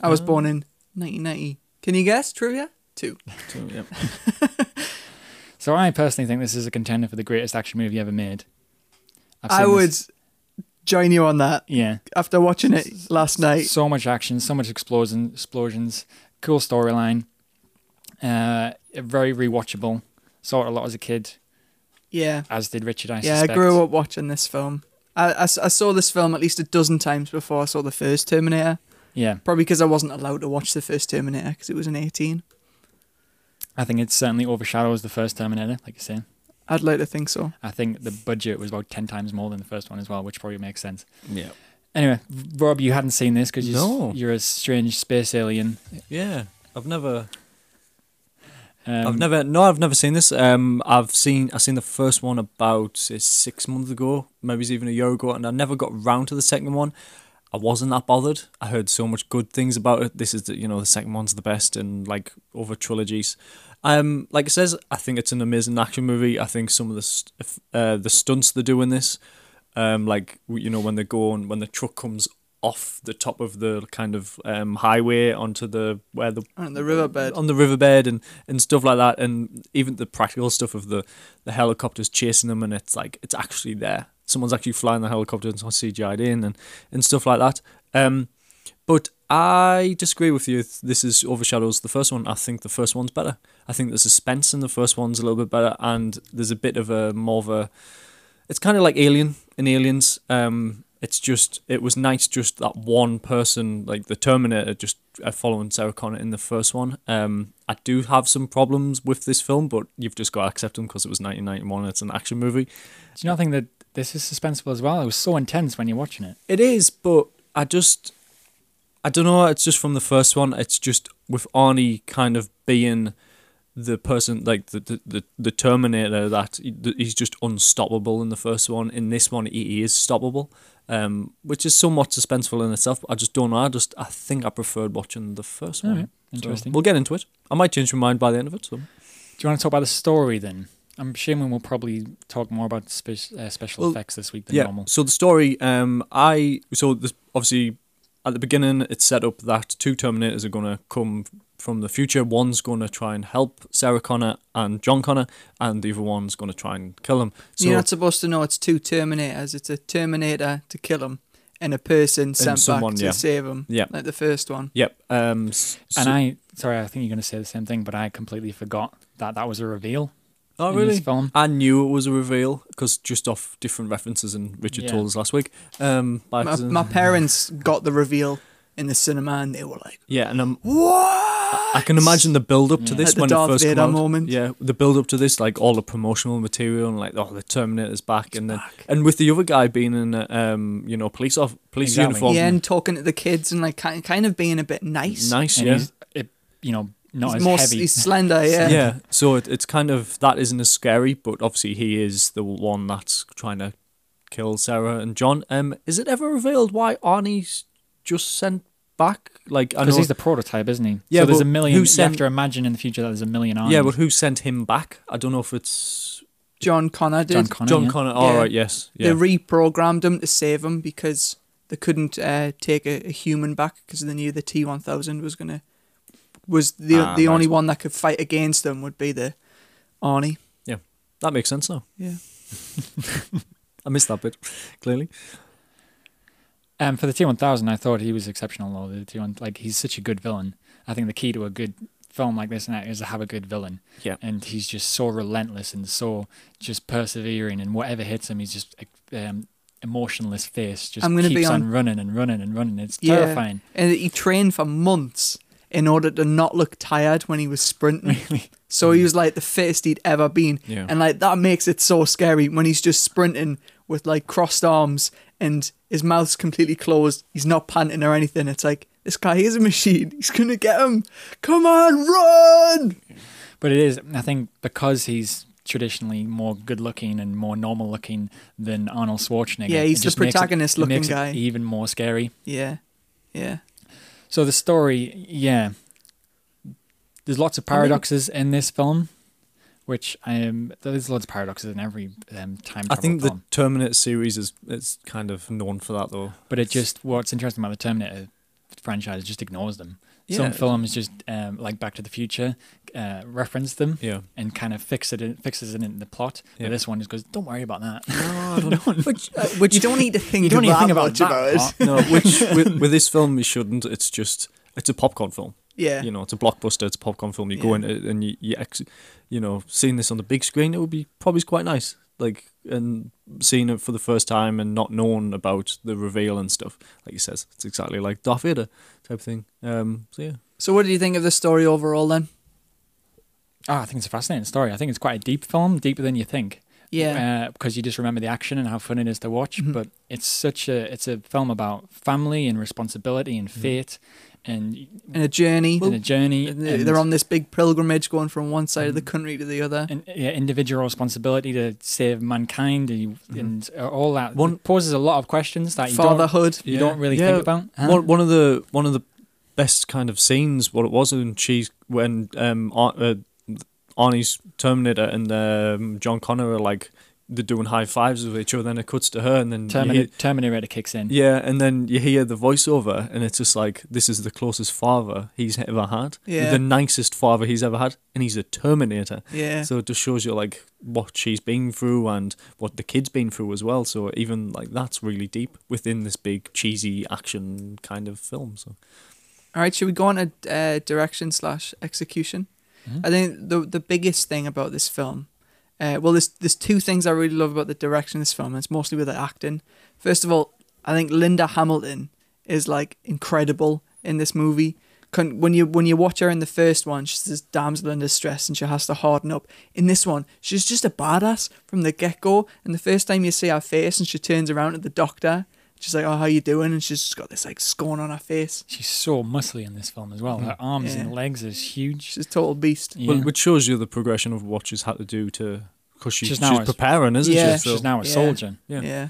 Speaker 2: I was
Speaker 1: Ah.
Speaker 2: born in 1990. Can you guess? Trivia two.
Speaker 1: So, yeah.
Speaker 3: So I personally think this is a contender for the greatest action movie ever made. I've
Speaker 2: I
Speaker 3: seen
Speaker 2: would
Speaker 3: this-
Speaker 2: join you on that
Speaker 3: yeah.
Speaker 2: after watching it last night.
Speaker 3: So much action, so much explosion, explosions, cool storyline, uh, very rewatchable. Saw it a lot as a kid,
Speaker 2: yeah.
Speaker 3: as did Richard. I
Speaker 2: Yeah, I grew up watching this film. I, I s- I saw this film at least a dozen times before I saw the first Terminator.
Speaker 3: Yeah,
Speaker 2: Probably because I wasn't allowed to watch the first Terminator because it was an 18.
Speaker 3: I think it certainly overshadows the first Terminator, like you say.
Speaker 2: I'd like to think so.
Speaker 3: I think the budget was about 10 times more than the first one as well, which probably makes sense.
Speaker 1: Yeah.
Speaker 3: Anyway, Rob, you hadn't seen this because
Speaker 1: No.
Speaker 3: you're a strange space alien.
Speaker 1: Yeah. I've never,
Speaker 3: Um,
Speaker 1: I've never, no, I've never seen this. Um, I've seen, I seen the first one about say, six months ago, maybe it's even a year ago, and I never got round to the second one. I wasn't that bothered. I heard so much good things about it. This is, the, you know, the second one's the best, and like over trilogies. Um, like it says, I think it's an amazing action movie. I think some of the st- uh, the stunts they do in this, um, like w- you know when they go on when the truck comes off the top of the kind of um, highway onto the where the
Speaker 2: On the riverbed.
Speaker 1: on the riverbed and and stuff like that, and even the practical stuff of the the helicopters chasing them, and it's like it's actually there. Someone's actually flying the helicopter and it's not CGI'd in and and stuff like that. Um, but I disagree with you. This is overshadows the first one. I think the first one's better. I think the suspense in the first one's a little bit better, and there's a bit of a more of a. It's kind of like Alien in Aliens. Um, it's just it was nice just that one person like the Terminator just uh, following Sarah Connor in the first one. Um, I do have some problems with this film, but you've just got to accept them because it was 1991. It's an action movie.
Speaker 3: do you not think that this is suspenseful as well? It was so intense when you're watching it.
Speaker 1: It is, but I just I don't know, it's just from the first one, it's just with Arnie kind of being the person like the the, the, the Terminator that he- that he's just unstoppable in the first one. In this one he is stoppable. Um, which is somewhat suspenseful in itself, but I just don't know. I just I think I preferred watching the first one.
Speaker 3: Alright,
Speaker 1: So,
Speaker 3: interesting.
Speaker 1: we'll get into it. I might change my mind by the end of it. So.
Speaker 3: Do you want to talk about the story then? I'm assuming we'll probably talk more about spe- uh, special
Speaker 1: Well,
Speaker 3: effects this week than normal.
Speaker 1: So the story, um, I so this obviously at the beginning it's set up that two Terminators are gonna come from the future. One's gonna try and help Sarah Connor and John Connor, and the other one's gonna try and kill him. So
Speaker 2: You're not supposed to know it's two Terminators. It's a Terminator to kill him and a person sent
Speaker 1: someone,
Speaker 2: back to
Speaker 1: yeah.
Speaker 2: save him.
Speaker 1: Yeah.
Speaker 2: Like the first one.
Speaker 1: yep. Um, s-
Speaker 3: and
Speaker 1: so-
Speaker 3: I, sorry, I think you're going to say the same thing, but I completely forgot that that was a reveal.
Speaker 1: Oh,
Speaker 3: in this
Speaker 1: really?
Speaker 3: film.
Speaker 1: I knew it was a reveal because just off different references, and Richard
Speaker 3: Yeah.
Speaker 1: told us last week. Um, by
Speaker 2: My,
Speaker 1: accident.
Speaker 2: my parents got the reveal in the cinema and they were like,
Speaker 1: yeah, and um,
Speaker 2: what?
Speaker 1: I can imagine the build up to this
Speaker 2: Like the
Speaker 1: when
Speaker 2: Darth
Speaker 1: it first
Speaker 2: Vader
Speaker 1: came out.
Speaker 2: moment.
Speaker 1: Yeah, the build up to this, like all the promotional material and like oh the Terminator's back and then and with the other guy being in a um you know police off police
Speaker 3: Exactly.
Speaker 1: uniform.
Speaker 2: Yeah, and talking to the kids and like kind kind of being a bit nice.
Speaker 1: nice,
Speaker 3: And
Speaker 1: yeah.
Speaker 3: he's, it, you know, not
Speaker 2: He's
Speaker 3: as
Speaker 2: more s-
Speaker 3: heavy.
Speaker 2: He's slender, yeah.
Speaker 1: yeah. So it, it's kind of that isn't as scary, but obviously he is the one that's trying to kill Sarah and John. Um is it ever revealed why Arnie's just sent back? Like I know
Speaker 3: Because he's the prototype, isn't he?
Speaker 1: Yeah,
Speaker 3: so there's
Speaker 1: but
Speaker 3: a million.
Speaker 1: who
Speaker 3: you
Speaker 1: sent-
Speaker 3: have to imagine in the future that there's a million armies.
Speaker 1: Yeah, but who sent him back? I don't know if it's
Speaker 2: John Connor did.
Speaker 3: John Connor.
Speaker 1: John
Speaker 3: yeah.
Speaker 1: Connor.
Speaker 2: Yeah.
Speaker 1: All right, yes. Yeah.
Speaker 2: They reprogrammed him to save him because they couldn't uh, take a, a human back because they knew the T one thousand was gonna was the
Speaker 1: Ah,
Speaker 2: the
Speaker 1: right.
Speaker 2: only one that could fight against them would be the Arnie.
Speaker 1: yeah. That makes sense now.
Speaker 2: Yeah.
Speaker 1: I missed that bit, clearly.
Speaker 3: Um, for the T one thousand, I thought he was exceptional. Though the T one, like he's such a good villain. I think the key to a good film like this and that is to have a good villain.
Speaker 1: Yeah.
Speaker 3: And he's just so relentless and so just persevering, and whatever hits him, he's just um, emotionless face just
Speaker 2: I'm gonna be
Speaker 3: keeps on...
Speaker 2: on-
Speaker 3: running and running and running. It's
Speaker 2: Yeah.
Speaker 3: terrifying.
Speaker 2: And he trained for months in order to not look tired when he was sprinting. So he was like the fittest he'd ever been.
Speaker 1: Yeah.
Speaker 2: And like that makes it so scary when he's just sprinting with like crossed arms and his mouth's completely closed. He's not panting or anything. It's like, this guy is a machine. He's going to get him. Come on, run.
Speaker 3: But it is, I think, because he's traditionally more good looking and more normal looking than Arnold Schwarzenegger.
Speaker 2: Yeah,
Speaker 3: it
Speaker 2: he's the
Speaker 3: just makes it-
Speaker 2: protagonist
Speaker 3: it
Speaker 2: looking
Speaker 3: makes it
Speaker 2: guy.
Speaker 3: even more scary.
Speaker 2: Yeah. Yeah.
Speaker 3: So the story, yeah, there's lots of paradoxes in this film, which I am. There's lots of paradoxes in every um, time travel
Speaker 1: I think the
Speaker 3: film.
Speaker 1: Terminator series is it's kind of known for that though.
Speaker 3: But it just what's interesting about the Terminator franchise just ignores them.
Speaker 1: Yeah.
Speaker 3: Some films just um, like Back to the Future uh, reference them
Speaker 1: Yeah.
Speaker 3: and kind of fix it in, fixes it in the plot.
Speaker 1: Yeah.
Speaker 3: But this one just goes, don't worry about that.
Speaker 1: which,
Speaker 2: Which you don't need to think
Speaker 3: you don't need to
Speaker 2: about much
Speaker 3: think about that
Speaker 2: about it.
Speaker 3: part.
Speaker 1: no, which with, with this film you shouldn't. It's just it's a popcorn film.
Speaker 2: Yeah.
Speaker 1: You know, it's a blockbuster. It's a popcorn film. You go
Speaker 2: Yeah.
Speaker 1: in it and you you, ex- you know seeing this on the big screen, it would be probably quite nice. Like and seeing it for the first time and not knowing about the reveal and stuff. Like he says, it's exactly like Darth Vader type thing. Um, so yeah.
Speaker 2: So, what do you think of the story overall then?
Speaker 3: Ah, I think it's a fascinating story. I think it's quite a deep film, deeper than you think.
Speaker 2: Yeah.
Speaker 3: Uh, because you just remember the action and how fun it is to watch. But it's such a it's a film about family and responsibility and fate, and
Speaker 2: in a journey.
Speaker 3: and a journey.
Speaker 2: and they-
Speaker 3: and- Mm.
Speaker 2: they're on this big pilgrimage going from one side of the country to the other.
Speaker 3: and yeah, individual responsibility to save mankind and, you, and uh, all that.
Speaker 1: One-
Speaker 3: It poses a lot of questions that you don't
Speaker 2: Fatherhood.
Speaker 3: you don't really
Speaker 1: Yeah.
Speaker 3: think about. huh?
Speaker 1: One, one of the one of the best kind of scenes. What it was in Cheese when um Ar- uh, Arnie's Terminator and um, John Connor are like they're doing high fives with each other. Then it cuts to her, and then you
Speaker 3: Terminator,
Speaker 1: hear-
Speaker 3: Terminator kicks in.
Speaker 1: yeah, and then you hear the voiceover, and it's just like this is the closest father he's ever had.
Speaker 2: Yeah.
Speaker 1: the nicest father he's ever had, and he's a Terminator.
Speaker 2: Yeah.
Speaker 1: So it just shows you like what she's been through and what the kid's been through as well. So even like that's really deep within this big cheesy action kind of film. So
Speaker 2: All right, should we go on to uh, direction slash execution? I think the the biggest thing about this film, uh, well, there's there's two things I really love about the direction of this film. And it's mostly with the acting. First of all, I think Linda Hamilton is like incredible in this movie. Con- When you when you watch her in the first one, she's this damsel in distress and she has to harden up. In this one, she's just a badass from the get go. And the first time you see her face, and she turns around at the doctor, she's like, "Oh, how you doing?" And she's just got this like scorn on her face.
Speaker 3: She's so muscly in this film as well. Her arms and
Speaker 2: Yeah.
Speaker 3: legs is huge.
Speaker 2: She's a total beast.
Speaker 3: Yeah.
Speaker 1: Well, which shows you the progression of what she's had to do to because she's,
Speaker 3: She's
Speaker 1: she's,
Speaker 3: now a-
Speaker 1: preparing, isn't
Speaker 2: Yeah.
Speaker 1: she? So-
Speaker 3: She's now a
Speaker 2: Yeah.
Speaker 3: soldier.
Speaker 1: yeah.
Speaker 2: Yeah.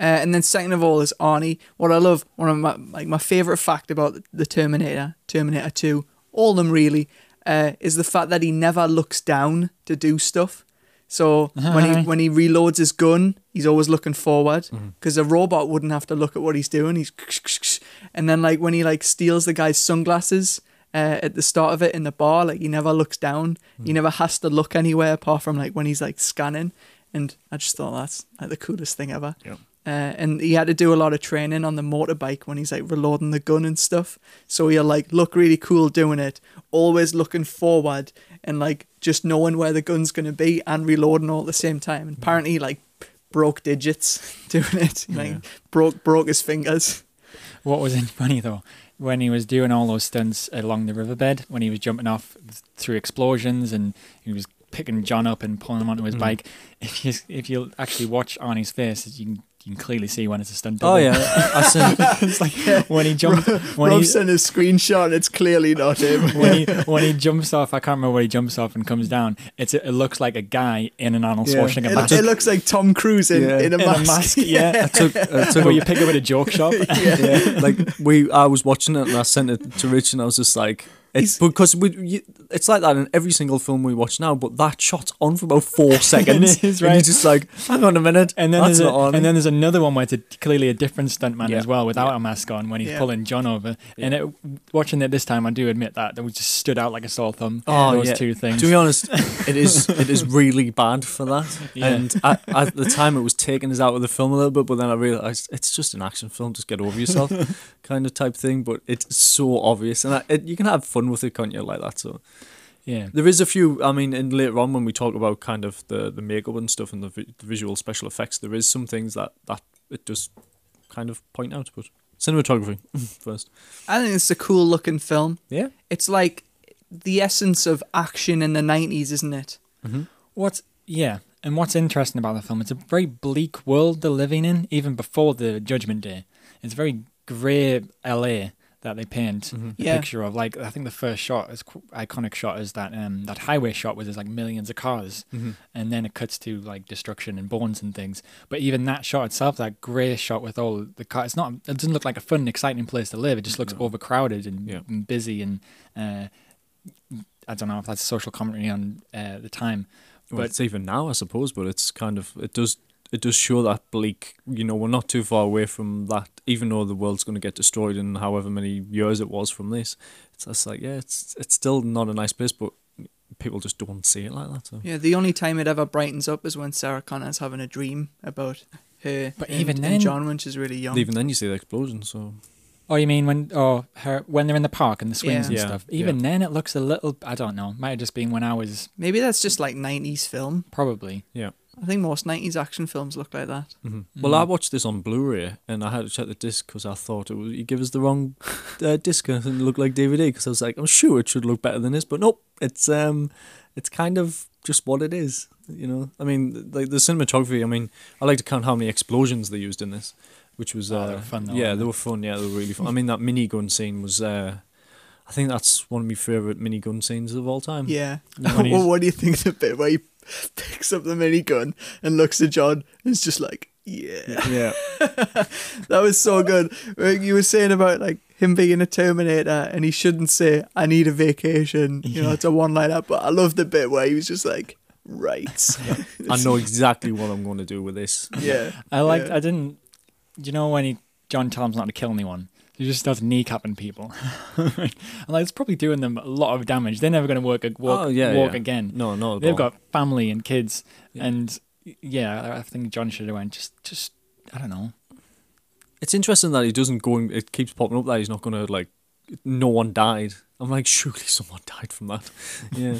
Speaker 2: Uh, and then second of all is Arnie. What I love, one of my like my favorite fact about the Terminator, Terminator Two, all of them really, uh, is the fact that he never looks down to do stuff. So when he when he reloads his gun, he's always looking forward because a robot wouldn't have to look at what he's doing. He's and then like when he like steals the guy's sunglasses. Uh, at the start of it in the bar, like he never looks down, he never has to look anywhere apart from like when he's like scanning, and I just thought that's like the coolest thing ever.
Speaker 1: Yeah.
Speaker 2: Uh, and he had to do a lot of training on the motorbike when he's like reloading the gun and stuff. So he'll like look really cool doing it, always looking forward and like just knowing where the gun's gonna be and reloading all at the same time. And apparently, he, like broke digits doing it. He, Like broke broke his fingers.
Speaker 3: What was funny though, when he was doing all those stunts along the riverbed, when he was jumping off through explosions and he was picking John up and pulling him onto his bike, if you if you actually watch Arnie's face, you can you can clearly see when it's a stunt.
Speaker 1: Oh
Speaker 3: double.
Speaker 1: yeah, I seen,
Speaker 3: it's like when he jumped when
Speaker 2: Rob
Speaker 3: he,
Speaker 2: sent a screenshot. It's clearly not him.
Speaker 3: when he when he jumps off, I can't remember where he jumps off and comes down. It's it looks like a guy in an Arnold
Speaker 1: Yeah.
Speaker 3: Schwarzenegger
Speaker 2: It,
Speaker 3: mask.
Speaker 2: it looks like Tom Cruise in,
Speaker 1: Yeah.
Speaker 2: in, a,
Speaker 3: in
Speaker 2: mask.
Speaker 3: a mask, yeah.
Speaker 1: I took, I took
Speaker 3: Or
Speaker 1: a-
Speaker 3: you pick up at a joke shop.
Speaker 1: yeah, like we, I was watching it and I sent it to Rich and I was just like, it's because we, you, it's like that in every single film we watch now. But that shot's on for about four seconds,
Speaker 3: It is,
Speaker 1: and
Speaker 3: right.
Speaker 1: you're just like, hang on a minute,
Speaker 3: And then,
Speaker 1: that's
Speaker 3: there's a,
Speaker 1: not on.
Speaker 3: and then there's another one where it's a, clearly a different stuntman
Speaker 1: Yeah.
Speaker 3: as well without a mask on when he's
Speaker 2: Yeah.
Speaker 3: pulling John over. And it, watching it this time, I do admit that that we just stood out like a sore thumb.
Speaker 1: Oh,
Speaker 3: those two things.
Speaker 1: To be honest, it is it is really bad for that.
Speaker 3: Yeah.
Speaker 1: And at, at the time, it was taking us out of the film a little bit. But then I realised it's just an action film. Just get over yourself, kind of type thing. But it's so obvious, and I, it, you can have fun with it, can't you? Like that. So
Speaker 3: yeah,
Speaker 1: there is a few. I mean, and later on when we talk about kind of the the makeup and stuff and the, vi- the visual special effects, there is some things that that it does kind of point out. But cinematography first.
Speaker 2: I think it's a cool looking film.
Speaker 1: Yeah.
Speaker 2: It's like the essence of action in the 90s, isn't it?
Speaker 3: What's yeah, and what's interesting about the film? It's a very bleak world they're living in, even before the Judgment Day. It's very grey LA that they paint
Speaker 1: Mm-hmm.
Speaker 3: a
Speaker 2: Yeah.
Speaker 3: picture of. Like I think the first shot is qu- iconic shot is that um that highway shot where there's like millions of cars,
Speaker 1: Mm-hmm.
Speaker 3: and then it cuts to like destruction and bones and things. But even that shot itself, that grey shot with all the car, it's not. It doesn't look like a fun, exciting place to live. It just looks overcrowded and,
Speaker 1: Yeah.
Speaker 3: and busy and. Uh, I don't know if that's social commentary on uh, the time,
Speaker 1: Well,
Speaker 3: but
Speaker 1: it's even now, I suppose, but it's kind of it does it does show that bleak. You know, we're not too far away from that, even though the world's going to get destroyed in however many years it was from this. It's just like yeah, it's it's still not a nice place, but people just don't see it like that. So.
Speaker 2: Yeah, the only time it ever brightens up is when Sarah Connor's having a dream about her
Speaker 3: But
Speaker 2: and,
Speaker 3: even
Speaker 2: and
Speaker 3: then-
Speaker 2: John when she's really young.
Speaker 1: Even then, you see the explosion. So
Speaker 3: Oh, you mean when oh her when they're in the park and the
Speaker 2: Yeah.
Speaker 3: swings and
Speaker 1: Yeah,
Speaker 3: stuff.
Speaker 1: yeah.
Speaker 3: Even then, it looks a little. I don't know. Might have just been when I was
Speaker 2: Maybe that's just like 90s film.
Speaker 3: probably.
Speaker 1: yeah,
Speaker 2: I think most 90s action films look like that.
Speaker 3: Hmm.
Speaker 1: Mm. Well, I watched this on Blu-ray, and I had to check the disc because I thought it was you give us the wrong uh, disc and it looked like DVD. Because I was like, I'm sure it should look better than this, but nope, it's um, it's kind of just what it is. You know, I mean, like the cinematography. I mean, I like to count how many explosions they used in this, which was
Speaker 3: Oh, they
Speaker 1: uh,
Speaker 3: were fun though,
Speaker 1: yeah, they
Speaker 3: weren't they?
Speaker 1: were fun. Yeah, they were really fun. I mean, that minigun scene was. Uh, I think that's one of my favorite minigun scenes of all time.
Speaker 2: Yeah.
Speaker 3: When he's-
Speaker 2: well, what do you think of the bit where he picks up the minigun and looks at John and is just like, yeah.
Speaker 1: yeah.
Speaker 2: That was so good. Like, You were saying about like him being a Terminator and he shouldn't say, I need a vacation. You know, it's a one liner, but I love the bit where he was just like, right.
Speaker 1: I know exactly what I'm going to do with this.
Speaker 2: yeah.
Speaker 3: I liked.
Speaker 2: Yeah.
Speaker 3: I didn't. You know when he John tells him not to kill anyone, he just starts kneecapping people. and like it's probably doing them a lot of damage. They're never going to work a walk,
Speaker 1: oh yeah,
Speaker 3: walk
Speaker 1: yeah.
Speaker 3: again.
Speaker 1: No, no,
Speaker 3: They've got family and kids, and yeah, I- I think John should have went just, just I don't know.
Speaker 1: It's interesting that he doesn't go and it keeps popping up that he's not gonna like no one died. I'm like, surely someone died from that. Yeah.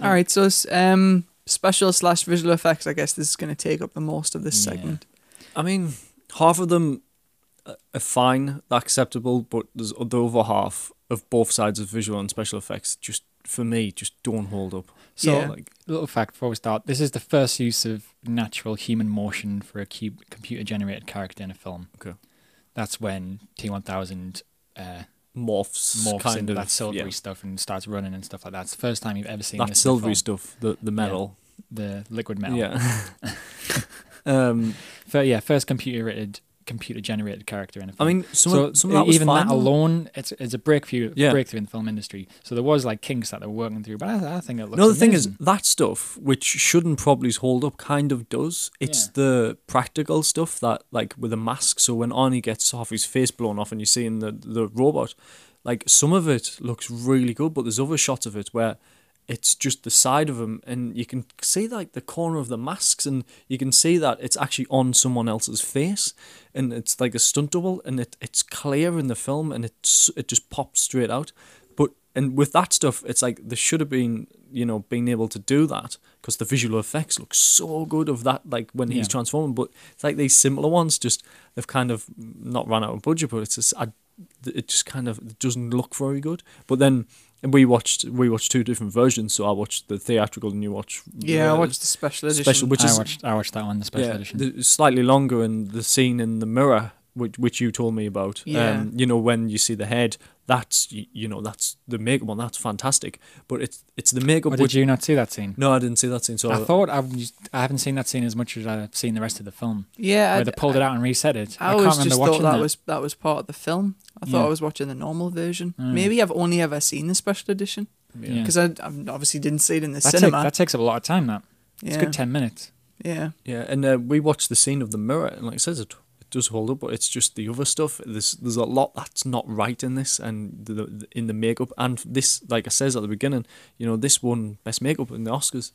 Speaker 2: All right. So, s- um, special slash visual effects, I guess this is going to take up the most of this
Speaker 3: Yeah.
Speaker 2: segment.
Speaker 1: I mean, half of them a- are fine, acceptable, but there's the other half of both sides of visual and special effects just for me just don't hold up.
Speaker 3: So,
Speaker 2: Yeah.
Speaker 1: like
Speaker 3: Little fact before we start: this is the first use of natural human motion for a cube, computer-generated character in a film.
Speaker 1: Okay.
Speaker 3: That's when T1000 uh,
Speaker 1: morphs,
Speaker 3: morphs
Speaker 1: kind
Speaker 3: into
Speaker 1: of
Speaker 3: that silvery
Speaker 1: yeah.
Speaker 3: stuff and starts running and stuff like that. It's the first time you've ever seen
Speaker 1: that
Speaker 3: this in a
Speaker 1: silvery
Speaker 3: film.
Speaker 1: stuff, the the metal.
Speaker 3: the liquid
Speaker 1: Yeah.
Speaker 3: metal.
Speaker 1: um
Speaker 3: Fir- yeah, first computer-rated, computer-generated character in a
Speaker 1: I
Speaker 3: film.
Speaker 1: mean some, of- some of that was
Speaker 3: even
Speaker 1: fine,
Speaker 3: that
Speaker 1: though.
Speaker 3: alone, it's it's a breakthrough
Speaker 1: Yeah.
Speaker 3: breakthrough in the film industry. So there was like kinks that they were working through, but I, I think it looks.
Speaker 1: No, the thing is
Speaker 3: amazing.
Speaker 1: that stuff which shouldn't probably hold up kind of does. It's
Speaker 3: Yeah.
Speaker 1: the practical stuff that like with a mask. So when Arnie gets half his face blown off and you see in the the robot, like some of it looks really good, but there's other shots of it where it's just the side of him and you can see like the corner of the masks and you can see that it's actually on someone else's face and it's like a stunt double and it, it's clear in the film and it's it just pops straight out but and with that stuff, it's like they should have been, you know, being able to do that because the visual effects look so good of that, like when
Speaker 3: Yeah.
Speaker 1: he's transforming. But it's like these similar ones, just they've kind of not run out of budget, but it's just, I, it just kind of doesn't look very good. But then we watched we watched two different versions, so I watched the theatrical and you watched
Speaker 2: Yeah.
Speaker 1: uh,
Speaker 2: I watched the special edition.
Speaker 1: special, which
Speaker 3: I
Speaker 1: is
Speaker 3: watched I watched that one, the special edition.
Speaker 1: the, slightly longer, and the scene in the mirror, which which you told me about.
Speaker 2: Yeah.
Speaker 1: Um, you know when you see the head, that's y- you know that's the makeup one. That's fantastic. But it's it's the makeup.
Speaker 3: or
Speaker 1: which,
Speaker 3: did you not see that scene?
Speaker 1: No, I didn't see that scene. So
Speaker 3: I thought I, was- I haven't seen that scene as much as I've seen the rest of the film,
Speaker 2: yeah.
Speaker 3: where
Speaker 2: I-
Speaker 3: they pulled it out and reset it.
Speaker 2: I,
Speaker 3: I, can't
Speaker 2: always
Speaker 3: remember
Speaker 2: just thought
Speaker 3: watching
Speaker 2: that, was that was part of the film. I thought
Speaker 3: Yeah. Mm.
Speaker 2: I was watching the normal version. Maybe I've only ever seen the special edition
Speaker 3: Yeah.
Speaker 2: because I, I obviously didn't see it in the
Speaker 3: that, take-
Speaker 2: cinema.
Speaker 3: that takes up a lot of time. That it's a
Speaker 2: Yeah.
Speaker 3: good ten minutes.
Speaker 2: yeah,
Speaker 1: yeah, and uh, we watched the scene of the mirror, and like I says, it it does hold up, but it's just the other stuff. There's there's a lot that's not right in this, and the, the in the makeup, and this, like I says at the beginning, you know, this won best makeup in the Oscars,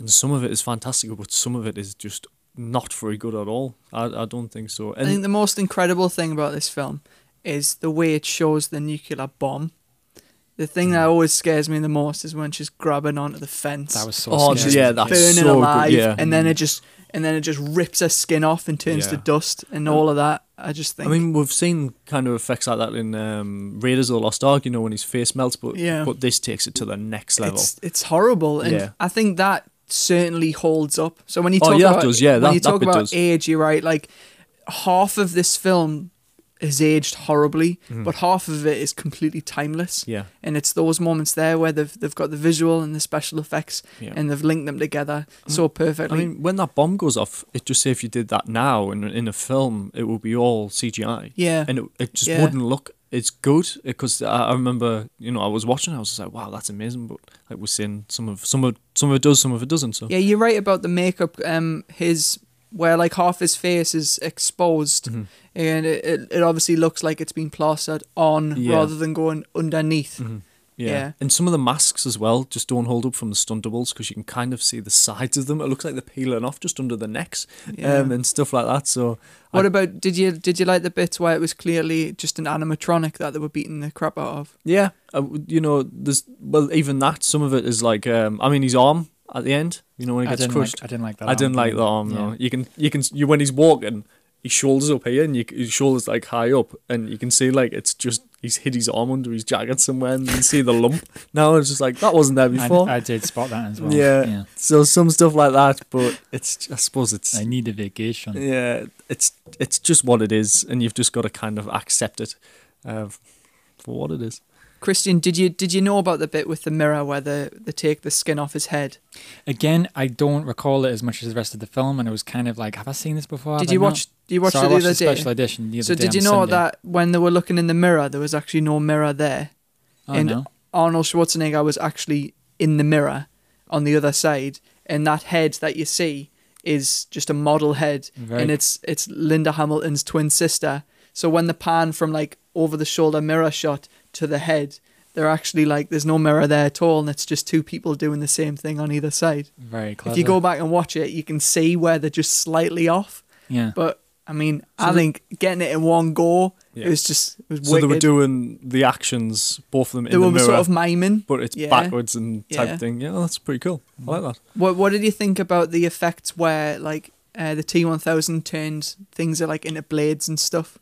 Speaker 1: and some of it is fantastic, but some of it is just not very good at all. I I don't think so.
Speaker 2: I think
Speaker 1: And
Speaker 2: the most incredible thing about this film is the way it shows the nuclear bomb. The thing
Speaker 1: Mm.
Speaker 2: that always scares me the most is when she's grabbing onto the fence.
Speaker 3: That was Mm. so.
Speaker 1: oh
Speaker 3: scary.
Speaker 1: yeah, that's
Speaker 2: burning
Speaker 1: so
Speaker 2: alive,
Speaker 1: good. Yeah,
Speaker 2: and then it just and then it just rips her skin off and turns to
Speaker 1: Yeah.
Speaker 2: dust and all of that. I just think.
Speaker 1: I mean, we've seen kind of effects like that in um, Raiders of the Lost Ark. You know, when his face melts, but
Speaker 2: Yeah.
Speaker 1: but this takes it to the next level.
Speaker 2: It's it's horrible, and
Speaker 1: Yeah.
Speaker 2: I think that certainly holds up. So when you
Speaker 1: Oh,
Speaker 2: talk
Speaker 1: yeah, it
Speaker 2: about
Speaker 1: does. Yeah,
Speaker 2: when
Speaker 1: that-
Speaker 2: you
Speaker 1: that
Speaker 2: talk
Speaker 1: bit
Speaker 2: about
Speaker 1: does.
Speaker 2: age, you're right. Like half of this film has aged horribly,
Speaker 1: Mm.
Speaker 2: but half of it is completely timeless.
Speaker 1: Yeah.
Speaker 2: and it's those moments there where they've they've got the visual and the special effects,
Speaker 1: Yeah.
Speaker 2: and they've linked them together so
Speaker 1: I
Speaker 2: perfectly.
Speaker 1: mean, when that bomb goes off, it just say if you did that now in in a film, it would be all CGI.
Speaker 2: Yeah.
Speaker 1: and it, it just
Speaker 2: Yeah.
Speaker 1: wouldn't look as good because I, I remember you know I was watching, I was just like, wow, that's amazing. But like we're seeing some of some of some of it does, some of it doesn't. So
Speaker 2: yeah, you're right about the makeup. Um, his where like half his face is exposed, and it, it it obviously looks like it's been plastered on
Speaker 1: Yeah.
Speaker 2: rather than going underneath.
Speaker 1: Yeah.
Speaker 2: Yeah.
Speaker 1: And some of the masks as well just don't hold up from the stuntables because you can kind of see the sides of them. It looks like they're peeling off just under the necks
Speaker 2: Yeah.
Speaker 1: um, and stuff like that. So I-
Speaker 2: What about did you did you like the bits where it was clearly just an animatronic that they were beating the crap out of?
Speaker 1: yeah, I would- you know, there's well even that some of it is like um, I mean his arm at the end. You know when he
Speaker 3: I
Speaker 1: gets
Speaker 3: didn't,
Speaker 1: crushed.
Speaker 3: like, I didn't like that.
Speaker 1: I didn't like that arm. No, you can you can you when he's walking, his shoulders up here, and you, his shoulders like high up, and you can see like it's just he's hid his arm under his jacket somewhere, and you can see the lump. Now it's just like that wasn't there
Speaker 3: I,
Speaker 1: before.
Speaker 3: I did spot that as well.
Speaker 1: yeah. So some stuff like that, but it's I suppose it's
Speaker 3: I need a vacation.
Speaker 1: yeah, it's it's just what it is, and you've just got to kind of accept it uh, for what it is.
Speaker 2: Christian, did you did you know about the bit with the mirror where they, they take the skin off his head?
Speaker 3: Again, I don't recall it as much as the rest of the film, and it was kind of like, have I seen this before?
Speaker 2: Did
Speaker 3: Have I
Speaker 2: you
Speaker 3: not?
Speaker 2: watch- you watched
Speaker 3: Oh, so
Speaker 2: it
Speaker 3: I
Speaker 2: the
Speaker 3: watched
Speaker 2: other day?
Speaker 3: special edition the other
Speaker 2: so
Speaker 3: day
Speaker 2: did
Speaker 3: on
Speaker 2: you know
Speaker 3: Sunday.
Speaker 2: that when they were looking in the mirror, there was actually no mirror there,
Speaker 3: Oh,
Speaker 2: and
Speaker 3: no.
Speaker 2: Arnold Schwarzenegger was actually in the mirror on the other side, and that head that you see is just a model head,
Speaker 3: Very-
Speaker 2: and it's it's Linda Hamilton's twin sister. So when the pan from like over the shoulder mirror shot to the head, they're actually like there's no mirror there at all, and it's just two people doing the same thing on either side.
Speaker 3: Very clever.
Speaker 2: If you go back and watch it, you can see where they're just slightly off.
Speaker 3: yeah.
Speaker 2: But I mean, I think getting it in one go,
Speaker 1: Yeah.
Speaker 2: it was just it was
Speaker 1: So they were
Speaker 2: wicked.
Speaker 1: doing the actions, both of them
Speaker 2: They
Speaker 1: in the
Speaker 2: were
Speaker 1: mirror,
Speaker 2: sort of miming.
Speaker 1: but it's
Speaker 2: yeah.
Speaker 1: backwards and type
Speaker 2: Yeah.
Speaker 1: thing. Yeah, that's pretty cool. I like that.
Speaker 2: What What did you think about the effects where like uh, the T one thousand turned things are like into blades and stuff?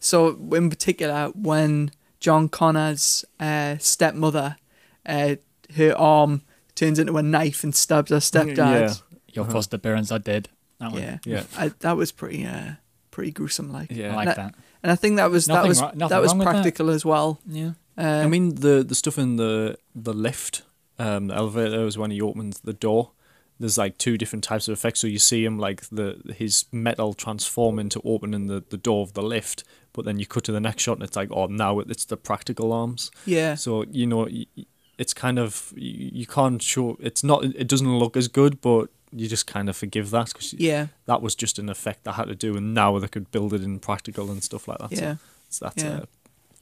Speaker 2: So in particular, when John Connor's uh, stepmother, uh, her arm turns into a knife and stabs her stepdad.
Speaker 3: Your foster parents are dead. That one.
Speaker 2: Uh-huh. Yeah,
Speaker 1: Yeah.
Speaker 2: I, that was pretty, uh, pretty gruesome. Like,
Speaker 1: Yeah.
Speaker 3: I like that.
Speaker 2: and I think that was that
Speaker 3: Nothing
Speaker 2: was
Speaker 3: wro- nothing
Speaker 2: that was
Speaker 3: wrong with that.
Speaker 2: practical as well.
Speaker 3: Yeah.
Speaker 2: Uh,
Speaker 1: I mean the the stuff in the the lift, um, the elevator is when he opens the door. There's like two different types of effects. So you see him like the his metal transform into opening the, the door of the lift, but then you cut to the next shot and it's like, oh, now it's the practical arms.
Speaker 2: yeah,
Speaker 1: So you know, y- y- it's kind of you, you can't show. It's not. It doesn't look as good, but you just kind of forgive that because
Speaker 2: yeah,
Speaker 1: that was just an effect they had to do, and now they could build it in practical and stuff like that. So
Speaker 2: yeah.
Speaker 1: so that's
Speaker 2: Yeah.
Speaker 1: uh,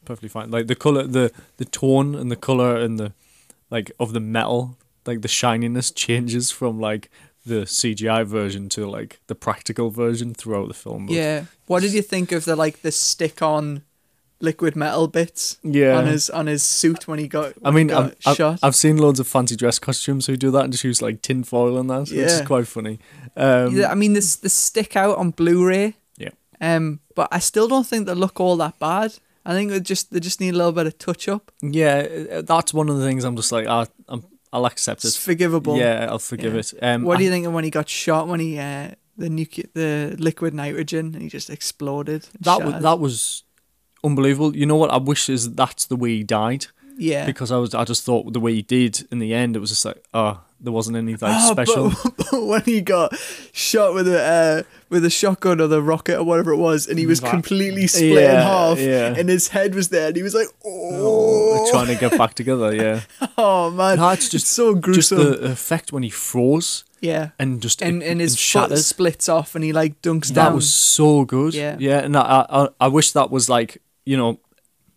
Speaker 1: perfectly fine. Like the color, the the tone and the color and the like of the metal, like the shininess changes from like the CGI version to like the practical version throughout the film.
Speaker 2: Yeah. What did you think of the like the stick on liquid metal bits?
Speaker 1: Yeah.
Speaker 2: On his on his suit when he got.
Speaker 1: I
Speaker 2: when he
Speaker 1: mean,
Speaker 2: got
Speaker 1: I've, I've,
Speaker 2: shot.
Speaker 1: I've seen loads of fancy dress costumes who do that and just use like tinfoil and that, which is
Speaker 2: Yeah.
Speaker 1: quite funny. Um,
Speaker 2: Yeah, I mean, this the stick out on Blu-ray.
Speaker 1: Yeah.
Speaker 2: Um, but I still don't think they look all that bad. I think they just they just need a little bit of touch up.
Speaker 1: yeah, uh, that's one of the things I'm just like, I, I'm, I'll accept
Speaker 2: It's
Speaker 1: it.
Speaker 2: forgivable.
Speaker 1: Yeah, I'll forgive
Speaker 2: Yeah.
Speaker 1: it. Um,
Speaker 2: What
Speaker 1: I-
Speaker 2: do you think of when he got shot? When he uh, the nuke the liquid nitrogen and he just exploded. and
Speaker 1: that was
Speaker 2: shattered?
Speaker 1: that was unbelievable. You know what I wish is that's the way he died
Speaker 2: yeah.
Speaker 1: because I was I just thought the way he did in the end it was just like oh there wasn't anything like,
Speaker 2: Oh, but-
Speaker 1: special.
Speaker 2: But, when he got shot with a uh, with a shotgun or the rocket or whatever it was, and he was
Speaker 3: That-
Speaker 2: completely split in
Speaker 1: Yeah,
Speaker 2: half,
Speaker 1: yeah.
Speaker 2: and his head was there, and he was like, "Oh,
Speaker 1: Oh, trying to get back together, yeah.
Speaker 2: oh, man,
Speaker 1: No, it's
Speaker 2: It's
Speaker 1: just
Speaker 2: so gruesome."
Speaker 1: Just the effect when he froze
Speaker 2: yeah,
Speaker 1: and just
Speaker 2: and
Speaker 1: it-
Speaker 2: and his
Speaker 1: it
Speaker 2: foot
Speaker 1: shatters.
Speaker 2: splits off, and he like dunks
Speaker 1: That
Speaker 2: down.
Speaker 1: was so good.
Speaker 2: Yeah.
Speaker 1: yeah. And I, I I wish that was like you know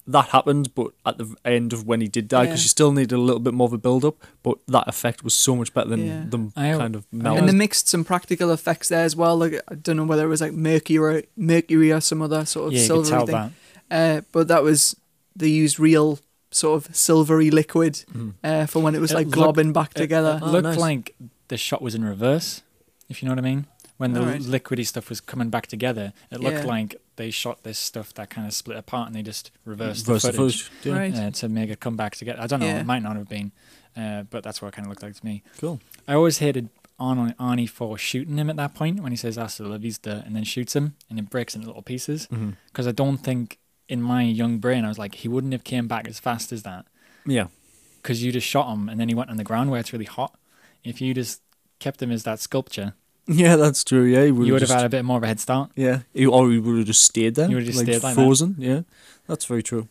Speaker 1: that happened, but at the end of when he did die, because
Speaker 2: Yeah.
Speaker 1: you still needed a little bit more of a build up. But that effect was so much better than
Speaker 2: Yeah.
Speaker 1: them
Speaker 3: I-
Speaker 1: kind of
Speaker 3: I-
Speaker 1: melting.
Speaker 2: and they mixed some practical effects there as well. Like I don't know whether it was like mercury, mercury or some other sort of
Speaker 3: Yeah, you could
Speaker 2: silvery
Speaker 3: tell
Speaker 2: thing.
Speaker 3: that.
Speaker 2: Uh, but that was they used real sort of silvery liquid
Speaker 1: Mm.
Speaker 2: uh, for when it was
Speaker 3: It
Speaker 2: like
Speaker 3: looked-
Speaker 2: globbing back
Speaker 3: it-
Speaker 2: together.
Speaker 3: It
Speaker 1: Oh,
Speaker 3: looked
Speaker 1: nice.
Speaker 3: like the shot was in reverse, if you know what I mean. When the
Speaker 2: Alright.
Speaker 3: liquidy stuff was coming back together, it
Speaker 2: Yeah.
Speaker 3: looked like they shot this stuff that kind of split apart and they just reversed
Speaker 1: Versus
Speaker 3: the
Speaker 1: the
Speaker 3: footage
Speaker 1: footage, yeah.
Speaker 2: Right.
Speaker 3: uh, to make it come back together. I don't know,
Speaker 2: Yeah.
Speaker 3: it might not have been, uh, but that's what it kind of looked like to me.
Speaker 1: Cool.
Speaker 3: I always hated Arnold Arnie for shooting him at that point when he says "Ah, "Hasta la vista" and then shoots him and it breaks into little pieces because I don't think in my young brain I was like he wouldn't have came back as fast as that
Speaker 1: Yeah.
Speaker 3: because you just shot him and then he went on the ground where it's really hot. If you just kept him as that sculpture,
Speaker 1: Yeah, that's true. Yeah, he
Speaker 3: you would
Speaker 1: just,
Speaker 3: have had a bit more of a head start.
Speaker 1: Yeah, he, or he oh, would have just stayed there.
Speaker 3: He would've just
Speaker 1: like,
Speaker 3: stayed like that.
Speaker 1: frozen. Yeah, that's very true.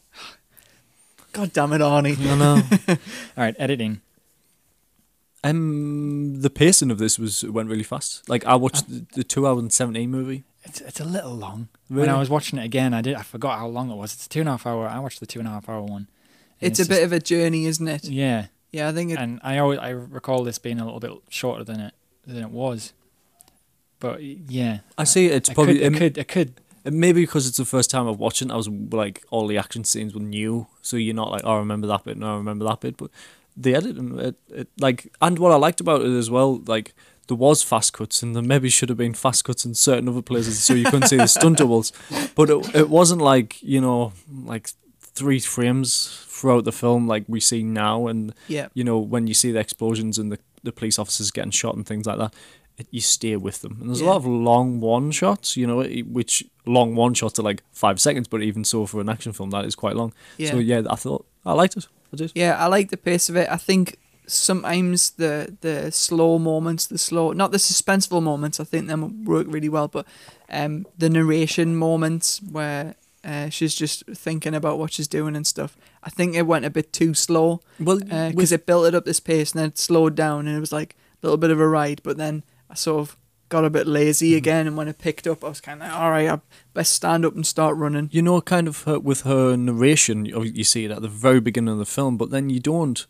Speaker 2: God damn it, Arnie.
Speaker 1: I know.
Speaker 3: All right, editing.
Speaker 1: um, the pacing of this was went really fast. Like I watched the, the two hour and seventeen movie.
Speaker 3: It's it's a little long. When
Speaker 1: Really?
Speaker 3: I was watching it again, I did I forgot how long it was. It's two and a half hour. I watched the two and a half hour one. and
Speaker 2: It's a bit
Speaker 3: just-
Speaker 2: of a journey, isn't it?
Speaker 3: yeah.
Speaker 2: Yeah, I think it,
Speaker 3: and I always I recall this being a little bit shorter than it than it was. But yeah,
Speaker 1: I see. It's
Speaker 3: I
Speaker 1: probably
Speaker 3: could, I could I could
Speaker 1: And maybe because it's the first time I've watched it, I was like all the action scenes were new, so you're not like, oh, I remember that bit, no, I remember that bit. But the editing. It, it, like, and what I liked about it as well, like there was fast cuts, and there maybe should have been fast cuts in certain other places, so you couldn't see the stunt doubles. But it, it wasn't like you know, like three frames throughout the film, like we see now, and
Speaker 2: Yeah.
Speaker 1: you know when you see the explosions and the the police officers getting shot and things like that. It, you steer with them, and there's a
Speaker 2: Yeah.
Speaker 1: lot of long one shots, you know, i- which long one shots are like five seconds, but even so, for an action film, that is quite long. So
Speaker 2: Yeah.
Speaker 1: yeah, I thought I liked it. I did.
Speaker 2: Yeah, I like the pace of it. I think sometimes the the slow moments, the slow not the suspenseful moments, I think them work really well, but um the narration moments where uh, she's just thinking about what she's doing and stuff. I think it went a bit too slow
Speaker 1: Well,
Speaker 3: Uh,
Speaker 1: with-
Speaker 2: because it built it up this pace and then it slowed down and it was like a little bit of a ride. But then I sort of got a bit lazy again, and when it picked up, I was kind of like, all right, I best stand up and start running.
Speaker 1: you know, kind of her, with her narration, you you see it at the very beginning of the film, but then you don't.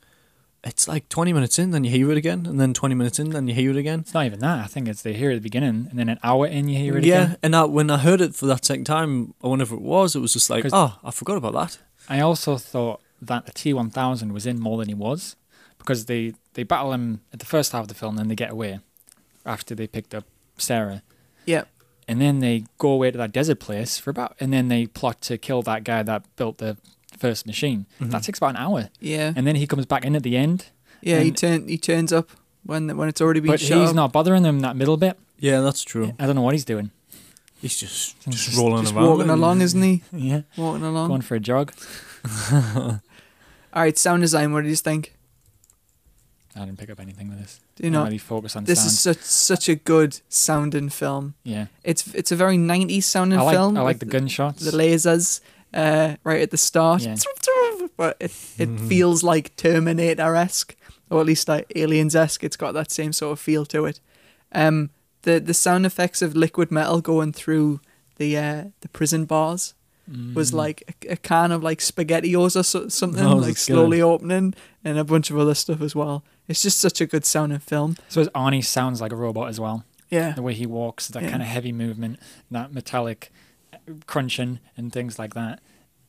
Speaker 1: It's like 20 minutes in, then you hear it again, and then 20 minutes in, then you hear it again.
Speaker 3: It's not even that. I think it's they hear it at the beginning, and then an hour in, you hear it
Speaker 1: yeah,
Speaker 3: again.
Speaker 1: and I, when I heard it for that second time, or whenever it was, it was just like,
Speaker 3: 'Cause-
Speaker 1: oh, I forgot about that.
Speaker 3: I also thought that the T one thousand was in more than he was, because they they battle him at the first half of the film, then they get away after they picked up Sarah,
Speaker 2: Yeah,
Speaker 3: and then they go away to that desert place for about, and then they plot to kill that guy that built the first machine.
Speaker 2: Mm-hmm.
Speaker 3: That takes about an hour,
Speaker 2: yeah,
Speaker 3: and then he comes back in at the end,
Speaker 2: yeah. He
Speaker 3: and-
Speaker 2: turn he turns up when when it's already been
Speaker 3: but
Speaker 2: shut
Speaker 3: he's
Speaker 2: up.
Speaker 3: not bothering them that middle bit.
Speaker 1: Yeah, that's true.
Speaker 3: I don't know what he's doing.
Speaker 1: He's just,
Speaker 3: He's
Speaker 1: just,
Speaker 3: just-
Speaker 1: rolling
Speaker 2: just
Speaker 1: around.
Speaker 2: walking along, isn't he?
Speaker 3: Yeah,
Speaker 2: Walking along.
Speaker 3: going for a jog.
Speaker 2: All right, sound design. What do you think?
Speaker 3: I didn't pick up anything with this.
Speaker 2: Do you
Speaker 3: Didn't
Speaker 2: know
Speaker 3: really focus on
Speaker 2: this
Speaker 3: sound.
Speaker 2: is such such a good sounding film?
Speaker 3: yeah,
Speaker 2: It's it's a very '90s sounding
Speaker 3: I like
Speaker 2: film.
Speaker 3: I like
Speaker 2: with
Speaker 3: the gunshots.
Speaker 2: the lasers uh, right at the start.
Speaker 3: Yeah.
Speaker 2: But it, it feels like Terminator esque, or at least like Aliens esque. It's got that same sort of feel to it. Um, the the sound effects of liquid metal going through the uh, the prison bars was like a, a can of like spaghettios or so, something
Speaker 1: Oh,
Speaker 2: like
Speaker 1: that's
Speaker 2: slowly opening, and a bunch of other stuff as well. It's just such a good sounding film.
Speaker 3: So his Arnie sounds like a robot as well.
Speaker 2: Yeah,
Speaker 3: The way he walks, that
Speaker 2: Yeah.
Speaker 3: kind of heavy movement, that metallic uh, crunching and things like that.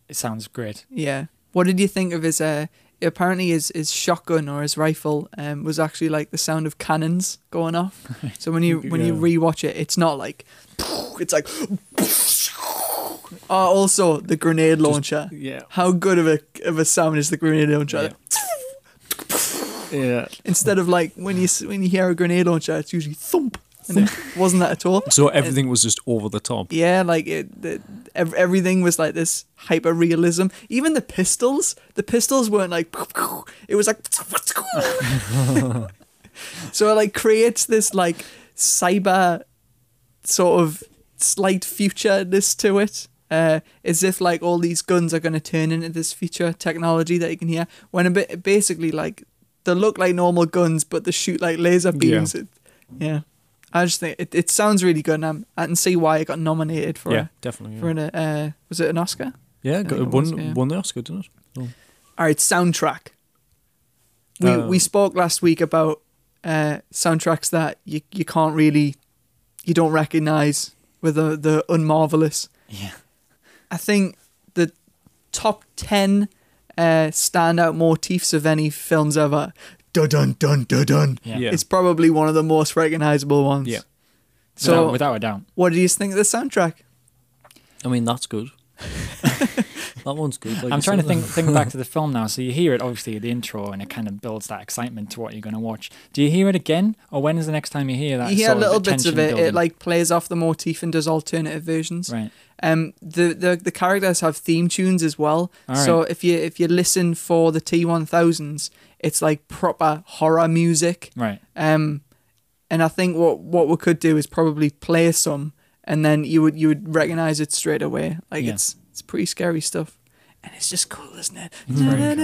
Speaker 3: It sounds great.
Speaker 2: Yeah. What did you think of his? Uh, apparently, his his shotgun or his rifle um, was actually like the sound of cannons going off. So when you when you rewatch it, it's not like it's like. Oh, also the grenade launcher.
Speaker 1: yeah.
Speaker 2: How good of a of a sound is the grenade launcher?
Speaker 1: Yeah. Yeah.
Speaker 2: Instead of like when you s- when you hear a grenade launcher, it's usually thump. And it wasn't that at all.
Speaker 1: So everything was just over the top.
Speaker 2: Yeah, like it, the, ev- everything was like this hyper realism. Even the pistols, the pistols weren't like. It was like. so it like creates this like cyber sort of slight futureness to it. Uh, as if like all these guns are going to turn into this future technology that you can hear. When a bit basically like they look like normal guns, but they shoot like laser beams. It- Yeah, I just think it, it sounds really good. And I'm, I can see why it got nominated for
Speaker 1: yeah,
Speaker 2: yeah.
Speaker 1: definitely.
Speaker 2: for
Speaker 1: Yeah,
Speaker 2: an uh, was it an Oscar?
Speaker 1: yeah got,
Speaker 2: think
Speaker 1: it
Speaker 2: it was,
Speaker 1: won,
Speaker 2: yeah.
Speaker 1: won the Oscar, didn't it?
Speaker 2: All right, soundtrack. We
Speaker 1: Uh,
Speaker 2: we spoke last week about uh, soundtracks that you you can't really you don't recognize with the the unmarvelous.
Speaker 3: Yeah.
Speaker 2: I think the top ten uh, standout motifs of any films ever. Dun dun dun dun dun.
Speaker 3: Yeah.
Speaker 1: Yeah.
Speaker 2: It's probably one of the most recognizable ones.
Speaker 1: Yeah.
Speaker 2: So,
Speaker 3: without, without a doubt.
Speaker 2: what do you think of the soundtrack?
Speaker 1: I mean, that's good. that one's good. like
Speaker 3: I'm
Speaker 1: you
Speaker 3: trying to
Speaker 1: said.
Speaker 3: think think back to the film now. So you hear it obviously at the intro and it kind of builds that excitement to what you're going to watch. Do you hear it again or when is the next time you hear that?
Speaker 2: you hear
Speaker 3: sort
Speaker 2: little bits of
Speaker 3: tension
Speaker 2: it. It
Speaker 3: building?
Speaker 2: like plays off the motif and does alternative versions.
Speaker 3: Right.
Speaker 2: Um, the, the the characters have theme tunes as well.
Speaker 3: All
Speaker 2: So if you if you listen for the T one thousands, it's like proper horror music.
Speaker 3: Right.
Speaker 2: Um, and I think what what we could do is probably play some, and then you would you would recognize it straight away. Like
Speaker 3: Yeah.
Speaker 2: it's it's pretty scary stuff, and it's just cool, isn't it?
Speaker 3: very cool.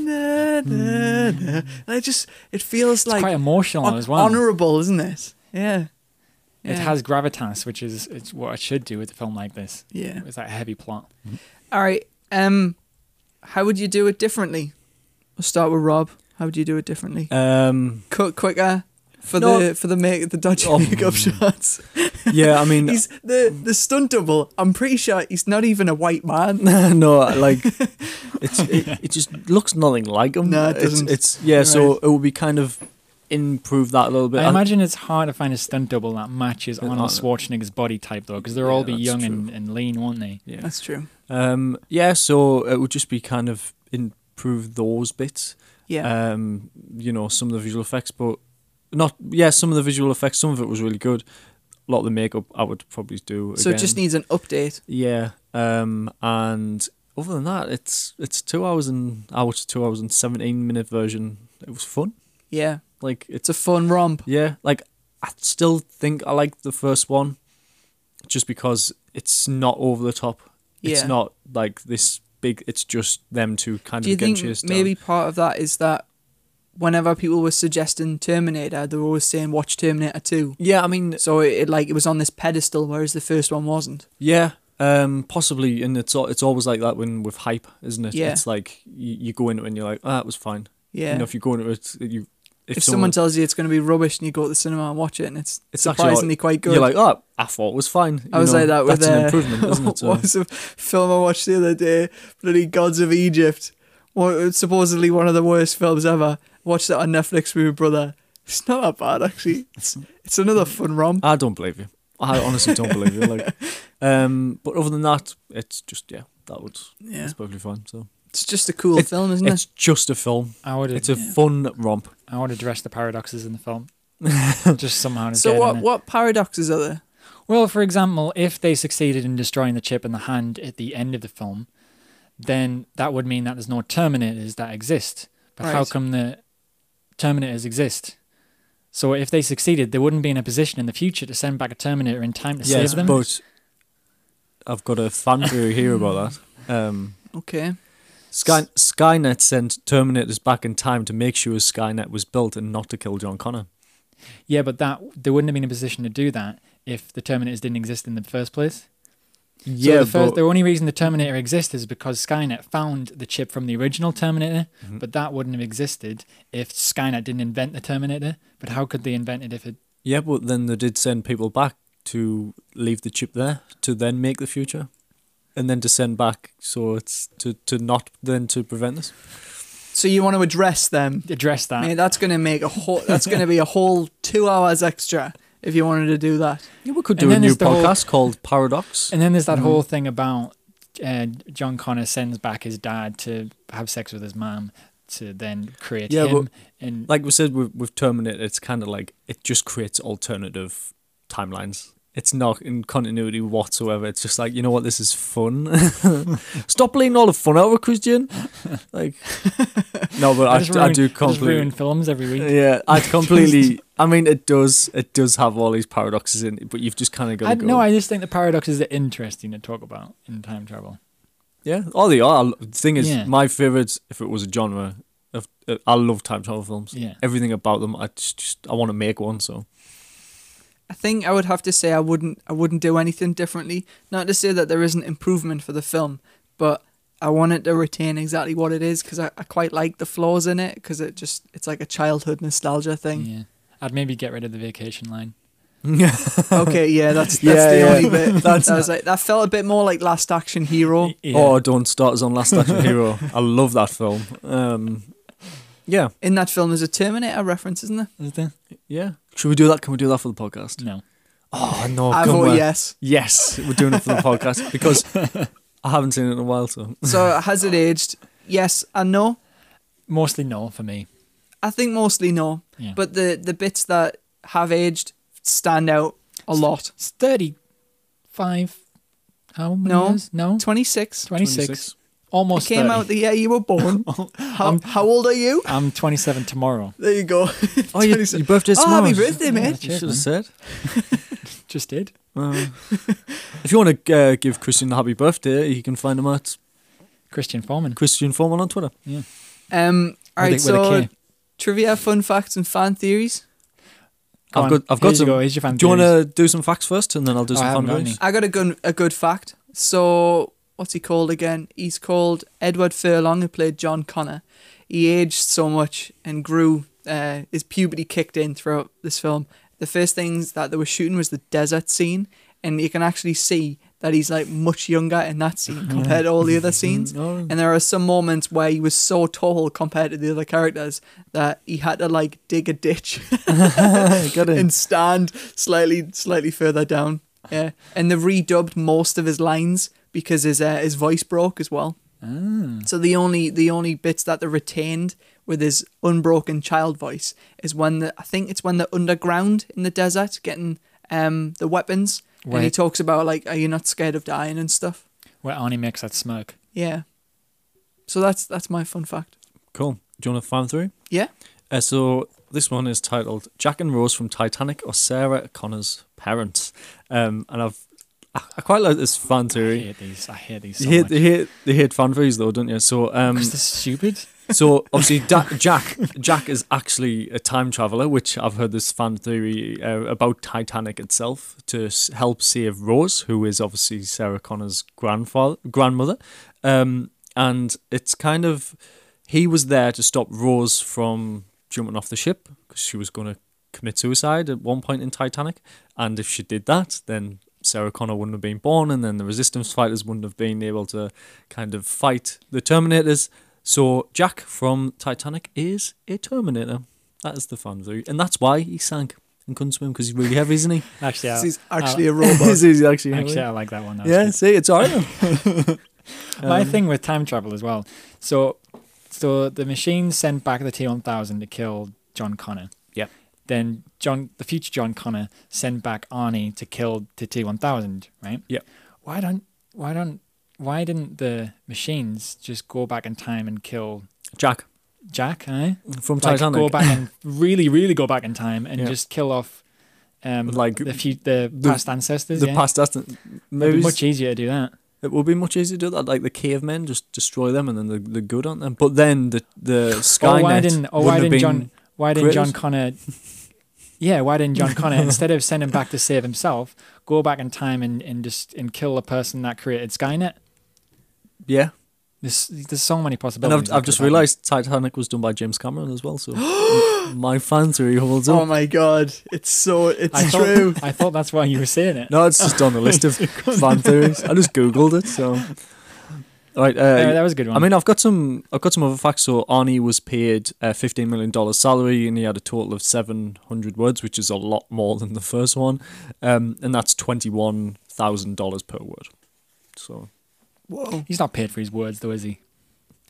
Speaker 2: Na, na, na, na. And it just it feels
Speaker 3: It's
Speaker 2: like
Speaker 3: quite emotional
Speaker 2: hon-
Speaker 3: as well.
Speaker 2: honorable, isn't it? Yeah.
Speaker 3: It
Speaker 2: Yeah.
Speaker 3: has gravitas, which is it's what I should do with a film like this.
Speaker 2: Yeah.
Speaker 3: It's that heavy plot.
Speaker 2: All right. Um, how would you do it differently? We'll start with Rob. How would you do it differently?
Speaker 1: Um,
Speaker 2: Cut quicker, for
Speaker 1: No.
Speaker 2: the for the make the dodgy
Speaker 1: Oh.
Speaker 2: makeup shots.
Speaker 1: Yeah, I mean,
Speaker 2: He's the the stunt double. I'm pretty sure he's not even a white man.
Speaker 1: no, like it's it, it just looks nothing like him.
Speaker 2: No, it
Speaker 1: It's-
Speaker 2: doesn't.
Speaker 1: It's, yeah, so it would be kind of improve that a little bit.
Speaker 3: I
Speaker 1: And-
Speaker 3: imagine it's hard to find a stunt double that matches Arnold
Speaker 1: Arnold.
Speaker 3: Schwarzenegger's body type, though, because they'll
Speaker 1: Yeah,
Speaker 3: all be
Speaker 1: that's
Speaker 3: young
Speaker 1: true.
Speaker 3: and, and lean, won't they?
Speaker 1: yeah.
Speaker 2: That's true.
Speaker 1: Um, yeah, so it would just be kind of improve those bits.
Speaker 2: Yeah.
Speaker 1: Um, you know, some of the visual effects, but not yeah, some of the visual effects. Some of it was really good. A lot of the makeup I would probably do.
Speaker 2: so it just
Speaker 1: again.
Speaker 2: needs an update.
Speaker 1: Yeah. Um, and other than that, it's it's two hours and I watched a two hours and seventeen minute version. It was fun.
Speaker 2: Yeah.
Speaker 1: Like it's
Speaker 2: It's a fun romp.
Speaker 1: yeah. Like I still think I like the first one, just because it's not over the top. It's
Speaker 2: Yeah.
Speaker 1: not like this big. It's just them two kind
Speaker 2: Do you
Speaker 1: of getting
Speaker 2: think
Speaker 1: chased down.
Speaker 2: maybe part of that is that whenever people were suggesting Terminator, they were always saying watch Terminator Two.
Speaker 1: Yeah, I mean,
Speaker 2: So it, it like it was on this pedestal, whereas the first one wasn't.
Speaker 1: yeah, um, possibly, and it's al- it's always like that when with hype, isn't it?
Speaker 2: Yeah.
Speaker 1: It's like you, you go into it and you're like, ah, it was fine.
Speaker 2: Yeah.
Speaker 1: You know, if you go into it, you if,
Speaker 2: if, someone, tells you it's going to be rubbish and you go to the cinema and watch it and it's,
Speaker 1: It's actually
Speaker 2: surprisingly
Speaker 1: like-
Speaker 2: quite good.
Speaker 1: You're like, oh, I thought it was fine.
Speaker 2: I
Speaker 1: you
Speaker 2: was
Speaker 1: know,
Speaker 2: like that with
Speaker 1: that's an
Speaker 2: uh,
Speaker 1: improvement, isn't it? So,
Speaker 2: what was a film I watched the other day? Bloody Gods of Egypt. What, it's supposedly one of the worst films ever. Watched it on Netflix with my brother. It's not that bad actually. It's, it's another fun romp.
Speaker 1: I don't believe you. I honestly don't believe you. Like, um, but other than that, it's just yeah, that would
Speaker 2: Yeah.
Speaker 1: it's perfectly fine. So
Speaker 2: It's just a cool
Speaker 1: It's-
Speaker 2: film, isn't
Speaker 1: it's
Speaker 2: it?
Speaker 1: just a film.
Speaker 3: I would
Speaker 1: It's a fun romp.
Speaker 3: I would address the paradoxes in the film. Just somehow. to
Speaker 2: So
Speaker 3: get
Speaker 2: what
Speaker 3: in it.
Speaker 2: what paradoxes are there?
Speaker 3: Well, for example, if they succeeded in destroying the chip in the hand at the end of the film, then that would mean that there's no Terminators that exist. But how
Speaker 2: Right.
Speaker 3: come the Terminators exist? So if they succeeded, they wouldn't be in a position in the future to send back a Terminator in time to
Speaker 1: Yes,
Speaker 3: save them.
Speaker 1: but I've got a fan theory here about that. Um,
Speaker 2: Okay.
Speaker 1: Sky, Skynet sent Terminators back in time to make sure Skynet was built and not to kill John Connor.
Speaker 3: Yeah, but that they wouldn't have been in a position to do that if the Terminators didn't exist in the first place. so the, first, the only reason the Terminator exists is because Skynet found the chip from the original Terminator,
Speaker 1: Mm-hmm.
Speaker 3: but that wouldn't have existed if Skynet didn't invent the Terminator. But how could they invent it if it?
Speaker 1: yeah, but then they did send people back to leave the chip there to then make the future, and then to send back. So it's to to not then to prevent this.
Speaker 2: So you want to address them?
Speaker 3: Address
Speaker 1: Uh,
Speaker 3: that.
Speaker 2: Mate, that's going to make a whole. That's going to be a whole two hours extra if you wanted to do that.
Speaker 1: Yeah, we could
Speaker 3: And
Speaker 1: do a
Speaker 3: then
Speaker 1: new
Speaker 3: there's the whole-
Speaker 1: podcast called Paradox.
Speaker 3: And then there's
Speaker 1: Mm-hmm.
Speaker 3: that whole thing about uh, John Connor sends back his dad to have sex with his mom to then create
Speaker 1: Yeah,
Speaker 3: him. and
Speaker 1: like we said with, with Terminator, it's kind of like it just creates alternative timelines. It's not in continuity whatsoever. It's just like you know what, this is fun. Stop playing all the fun out of it, Christian. Like, no, but
Speaker 3: I,
Speaker 1: I,
Speaker 3: just
Speaker 1: I
Speaker 3: ruin-
Speaker 1: do
Speaker 3: I just ruin
Speaker 1: completely.
Speaker 3: films every week.
Speaker 1: Yeah, I completely. I mean, it does. It does have all these paradoxes in it, but you've just kind of got
Speaker 3: I,
Speaker 1: to go.
Speaker 3: no, I just think the paradoxes are interesting to talk about in time travel.
Speaker 1: yeah, all they are. The thing is,
Speaker 3: Yeah.
Speaker 1: my favorite, if it was a genre, of, uh, I love time travel films.
Speaker 3: Yeah.
Speaker 1: everything about them. I just, just I want to make one. So
Speaker 2: I think I would have to say I wouldn't. I wouldn't do anything differently. Not to say that there isn't improvement for the film, but I want it to retain exactly what it is because I, I quite like the flaws in it because it just it's like a childhood nostalgia thing.
Speaker 3: Yeah. I'd maybe get rid of the vacation line.
Speaker 2: okay, yeah, that's that's
Speaker 1: Yeah,
Speaker 2: the
Speaker 1: yeah.
Speaker 2: only bit. That's I was like that felt a bit more like Last Action Hero.
Speaker 3: Yeah.
Speaker 1: Oh, don't start us on Last Action Hero. I love that film. Um, yeah,
Speaker 2: In that film, there's a Terminator reference, isn't there?
Speaker 3: Is there?
Speaker 1: yeah. Should we do that? Can we do that for the podcast?
Speaker 3: No.
Speaker 1: Oh no!
Speaker 2: I
Speaker 1: come
Speaker 2: vote
Speaker 1: on.
Speaker 2: yes.
Speaker 1: Yes, we're doing it for the podcast because I haven't seen it in a while. So
Speaker 2: So has it aged? Yes and no.
Speaker 3: Mostly no for me.
Speaker 2: I think mostly no.
Speaker 3: Yeah.
Speaker 2: But the the bits that have aged stand out a lot.
Speaker 3: It's 35. How many
Speaker 2: No.
Speaker 3: years? No.
Speaker 2: 26.
Speaker 3: 26. Almost
Speaker 2: Came
Speaker 3: 30.
Speaker 2: out the year you were born. how, how old are you?
Speaker 3: I'm 27 tomorrow.
Speaker 2: There you go.
Speaker 1: Oh, your,
Speaker 2: 26.
Speaker 1: your birthday's
Speaker 2: oh,
Speaker 1: tomorrow.
Speaker 2: happy birthday,
Speaker 3: Yeah.
Speaker 2: mate.
Speaker 1: You should have said.
Speaker 3: Just did.
Speaker 1: Uh, if you want to uh, give Christian a happy birthday, you can find him at
Speaker 3: Christian Foreman.
Speaker 1: Christian Foreman on Twitter.
Speaker 2: Um, all
Speaker 3: With a-
Speaker 2: right,
Speaker 3: with a
Speaker 2: so
Speaker 3: K.
Speaker 2: trivia, fun facts, and fan theories.
Speaker 3: Go
Speaker 1: I've
Speaker 3: on.
Speaker 1: got, I've got
Speaker 3: Here's
Speaker 1: some.
Speaker 3: your go. Here's your fan
Speaker 1: do you want
Speaker 3: theories.
Speaker 1: to do some facts first, and then I'll do
Speaker 3: Oh, I
Speaker 1: some
Speaker 3: haven't
Speaker 1: fun
Speaker 3: got
Speaker 1: facts?
Speaker 3: any.
Speaker 2: I got a good, a good fact. So, what's he called again? He's called Edward Furlong, who played John Connor. He aged so much and grew uh, his puberty kicked in throughout this film. The first things that they were shooting was the desert scene, and you can actually see that he's like much younger in that scene compared to all the other scenes. And there are some moments where he was so tall compared to the other characters that he had to like dig a ditch
Speaker 1: Get in.
Speaker 2: and stand slightly slightly further down. Yeah, and they redubbed most of his lines because his uh, his voice broke as well. So the only the only bits that they retained with his unbroken child voice is when the I think it's when they're underground in the desert getting um the weapons, and he
Speaker 3: Right.
Speaker 2: talks about like, are you not scared of dying and stuff?
Speaker 3: Where Arnie makes that smoke.
Speaker 2: Yeah. So that's that's my fun fact.
Speaker 1: Cool. Do you want to fan through?
Speaker 2: Yeah.
Speaker 1: Uh, so this one is titled "Jack and Rose from Titanic" or Sarah Connor's parents, um, and I've I, I quite like this fan
Speaker 3: I
Speaker 1: theory.
Speaker 3: hate these. I hate these so
Speaker 1: You hate,
Speaker 3: much.
Speaker 1: you hate you hate fan theories though, don't you? So um,
Speaker 3: 'Cause they're stupid.
Speaker 1: so obviously da- Jack Jack is actually a time traveler, which I've heard this fan theory uh, about Titanic itself to s- help save Rose, who is obviously Sarah Connor's grandfather grandmother, um, and it's kind of he was there to stop Rose from jumping off the ship because she was going to commit suicide at one point in Titanic, and if she did that, then Sarah Connor wouldn't have been born, and then the resistance fighters wouldn't have been able to kind of fight the Terminators. So Jack from Titanic is a Terminator. That is the fan theory, and that's why he sank and couldn't swim because he's really heavy, isn't he?
Speaker 3: Actually, I,
Speaker 2: He's
Speaker 3: I-
Speaker 2: actually a robot.
Speaker 1: he's actually
Speaker 3: actually, I like that one. That was
Speaker 1: yeah,
Speaker 3: good.
Speaker 1: see, it's alright.
Speaker 3: My
Speaker 1: Um,
Speaker 3: thing with time travel as well. So, so the machine sent back the T one thousand to kill John Connor.
Speaker 1: Yep.
Speaker 3: Then John, the future John Connor, sent back Arnie to kill the T one thousand. Right.
Speaker 1: Yep.
Speaker 3: Why don't? Why don't? Why didn't the machines just go back in time and kill
Speaker 1: Jack
Speaker 3: Jack? Eh?
Speaker 1: from
Speaker 3: Like,
Speaker 1: Titanic.
Speaker 3: go back and really, really go back in time and
Speaker 1: Yeah.
Speaker 3: just kill off. Um,
Speaker 1: Like,
Speaker 3: like the, few, the
Speaker 1: the-
Speaker 3: past ancestors,
Speaker 1: the
Speaker 3: yeah.
Speaker 1: past doesn't.
Speaker 3: It'd
Speaker 1: Maybe
Speaker 3: be much easier to do that.
Speaker 1: It would be much easier to do that. Like the cavemen, just destroy them, and then the the good on them. But then the the Skynet
Speaker 3: or Oh, why didn't, or
Speaker 1: wouldn't
Speaker 3: why
Speaker 1: have
Speaker 3: didn't
Speaker 1: been.
Speaker 3: John why didn't
Speaker 1: created?
Speaker 3: John Connor yeah why didn't John Connor instead of sending back to save himself go back in time and, and just and kill the person that created Skynet
Speaker 1: Yeah,
Speaker 3: there's there's so many
Speaker 1: and
Speaker 3: possibilities
Speaker 1: I've, I've
Speaker 3: that
Speaker 1: just
Speaker 3: could happen.
Speaker 1: realised Titanic was done by James Cameron as well. So my fan theory holds up.
Speaker 2: Oh my god, it's so it's
Speaker 3: I thought,
Speaker 2: true.
Speaker 3: I thought that's why you were saying it
Speaker 1: No, it's just on the list of fan theories. I just googled it. So, all right. Uh,
Speaker 3: Yeah, that was a good one
Speaker 1: I mean, I've got some. I've got some other facts. So Arnie was paid uh, fifteen million dollars salary, and he had a total of seven hundred words, which is a lot more than the first one, um, and that's twenty one thousand dollars per word. So
Speaker 2: Whoa.
Speaker 3: he's not paid for his words though is he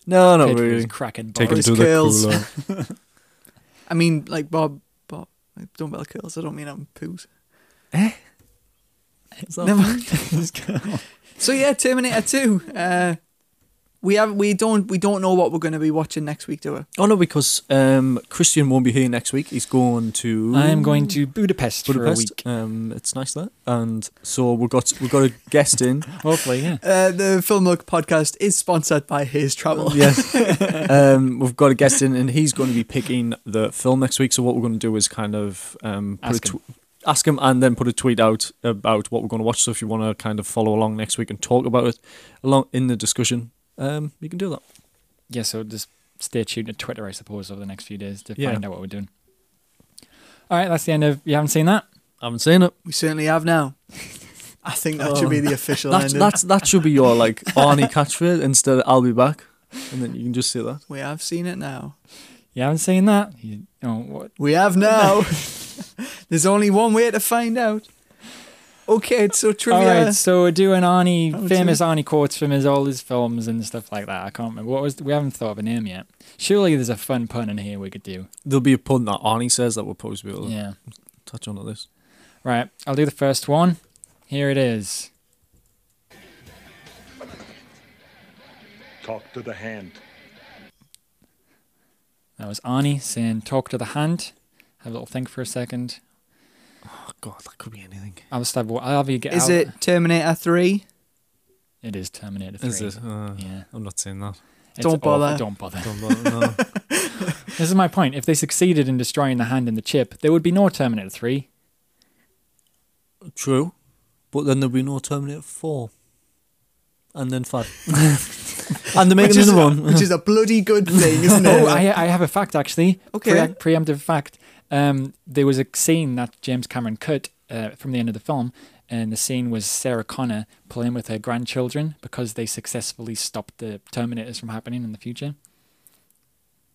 Speaker 1: no,
Speaker 3: paid
Speaker 1: not
Speaker 3: for his
Speaker 1: really.
Speaker 3: cracking
Speaker 1: Take him
Speaker 2: his
Speaker 3: bars.
Speaker 1: to the
Speaker 2: curls.
Speaker 1: cooler.
Speaker 2: I mean, like Bob, Bob, like, don't bell curls. I don't mean I'm poos.
Speaker 1: Is that-
Speaker 2: Never So yeah, Terminator Two. Uh, we have we don't we don't know what we're going to be watching next week, do we?
Speaker 1: Oh no, because um, Christian won't be here next week. He's going to.
Speaker 3: I am going to Budapest, for a
Speaker 1: Budapest.
Speaker 3: week
Speaker 1: Um, it's nice there, and so we've got we've got a guest in.
Speaker 3: hopefully yeah
Speaker 2: Uh, the Film Look podcast is sponsored by Hayes Travel.
Speaker 1: yes. um, we've got a guest in, and he's going to be picking the film next week. So what we're going to do is kind of um, put
Speaker 3: Ask
Speaker 1: a
Speaker 3: him.
Speaker 1: tw- ask him, and then put a tweet out about what we're going to watch. So if you want to kind of follow along next week and talk about it along in the discussion, um, you can do that.
Speaker 3: yeah, so just stay tuned to Twitter, I suppose, over the next few days to
Speaker 1: Yeah.
Speaker 3: find out what we're doing. All right, that's the end of. You haven't seen that?
Speaker 1: I haven't seen it.
Speaker 2: We certainly have now. I think that should be
Speaker 3: Oh.
Speaker 2: the official
Speaker 1: That's,
Speaker 2: ending.
Speaker 1: that's that should be your like Arnie catchphrase instead of "I'll be back," and then you can just say that.
Speaker 2: We have seen it now.
Speaker 3: You haven't seen that? You, oh, what?
Speaker 2: We have now. There's only one way to find out. Okay, so
Speaker 3: All
Speaker 2: trivia.
Speaker 3: right, so we're doing Arnie,
Speaker 2: Haven't
Speaker 3: famous Arnie quotes from his all his films and stuff like that. I can't remember what was. We haven't thought of a name yet. Surely there's a fun pun in here we could do.
Speaker 1: There'll be a pun that Arnie says that we'll probably be able to
Speaker 3: Yeah.
Speaker 1: touch on at this.
Speaker 3: Right, I'll do the first one. Here it is.
Speaker 4: Talk to the hand.
Speaker 3: That was Arnie saying, "Talk to the hand." Have a little think for a second.
Speaker 1: Oh God, that could be anything.
Speaker 3: I'll just have. I'll have you get.
Speaker 2: Is
Speaker 3: out.
Speaker 2: it Terminator Three?
Speaker 3: It is Terminator Three.
Speaker 1: Is it? Uh,
Speaker 3: Yeah.
Speaker 1: I'm not saying that.
Speaker 3: It's
Speaker 2: Don't
Speaker 3: awful,
Speaker 2: bother.
Speaker 3: Don't bother.
Speaker 1: Don't bother, no.
Speaker 3: This is my point. If they succeeded in destroying the hand and the chip, there would be no Terminator 3.
Speaker 1: True, but then there'll be no Terminator Four, and then Five. And they're making
Speaker 2: which is,
Speaker 1: another one.
Speaker 2: which is a bloody good thing, isn't it?
Speaker 3: Oh, I, I have a fact actually.
Speaker 2: Okay.
Speaker 3: Pre- preemptive fact. Um, there was a scene that James Cameron cut uh, from the end of the film, and the scene was Sarah Connor playing with her grandchildren because they successfully stopped the Terminators from happening in the future.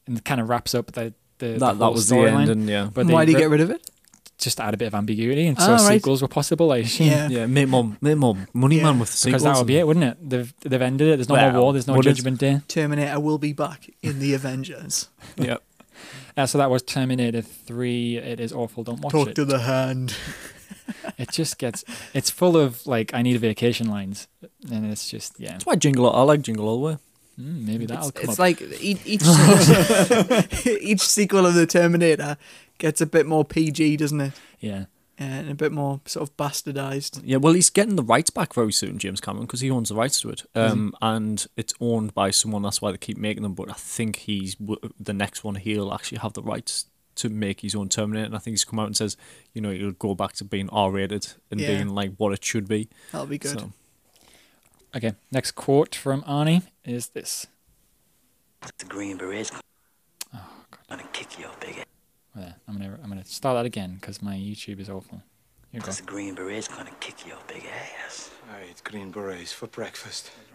Speaker 3: And it kind of wraps up the the the
Speaker 1: that that
Speaker 3: whole
Speaker 1: was the end,
Speaker 3: storyline.
Speaker 1: and yeah,
Speaker 3: But they
Speaker 2: Why do you
Speaker 3: re-
Speaker 2: get rid of it?
Speaker 3: just to add a bit of ambiguity, and so
Speaker 2: Ah, right.
Speaker 3: sequels were possible. I assume.
Speaker 2: Yeah.
Speaker 1: yeah, make more, make more money,
Speaker 2: Yeah.
Speaker 1: man, with the
Speaker 3: Because
Speaker 1: sequels.
Speaker 3: that would be
Speaker 1: and-
Speaker 3: it, wouldn't it? They've, they've ended it. There's no more
Speaker 1: Well,
Speaker 3: war. There's no
Speaker 1: would it?
Speaker 3: Judgment Day.
Speaker 2: Terminator will be back in the Avengers.
Speaker 1: Yeah,
Speaker 3: Uh, so that was Terminator 3. It is awful. Don't watch
Speaker 2: Talk
Speaker 3: it.
Speaker 2: to the hand.
Speaker 3: It just gets. It's full of like I need a vacation lines, and it's just yeah.
Speaker 1: that's why Jingle. All, I like Jingle all the way.
Speaker 3: Mm, maybe that'll
Speaker 2: It's,
Speaker 3: come
Speaker 2: it's
Speaker 3: up.
Speaker 2: like each each, each sequel of the Terminator gets a bit more PG, doesn't it?
Speaker 3: yeah,
Speaker 2: And a bit more sort of bastardized.
Speaker 1: Yeah, well, he's getting the rights back very soon, James Cameron, because he owns the rights to it, um, and it's owned by someone. That's why they keep making them. But I think he's w- the next one. He'll actually have the rights to make his own Terminator, and I think he's come out and says, you know, he'll go back to being R-rated and
Speaker 2: Yeah.
Speaker 1: being like what it should be.
Speaker 2: That'll be good.
Speaker 1: So,
Speaker 3: Okay. Next quote from Arnie is this.
Speaker 6: The Green Berets. I'm gonna kick your big ass.
Speaker 3: Well, there, I'm gonna I'm gonna start that again because my YouTube is awful. Here we go.
Speaker 6: The Green Berets gonna kick your big ass.
Speaker 4: I eat green berets for breakfast.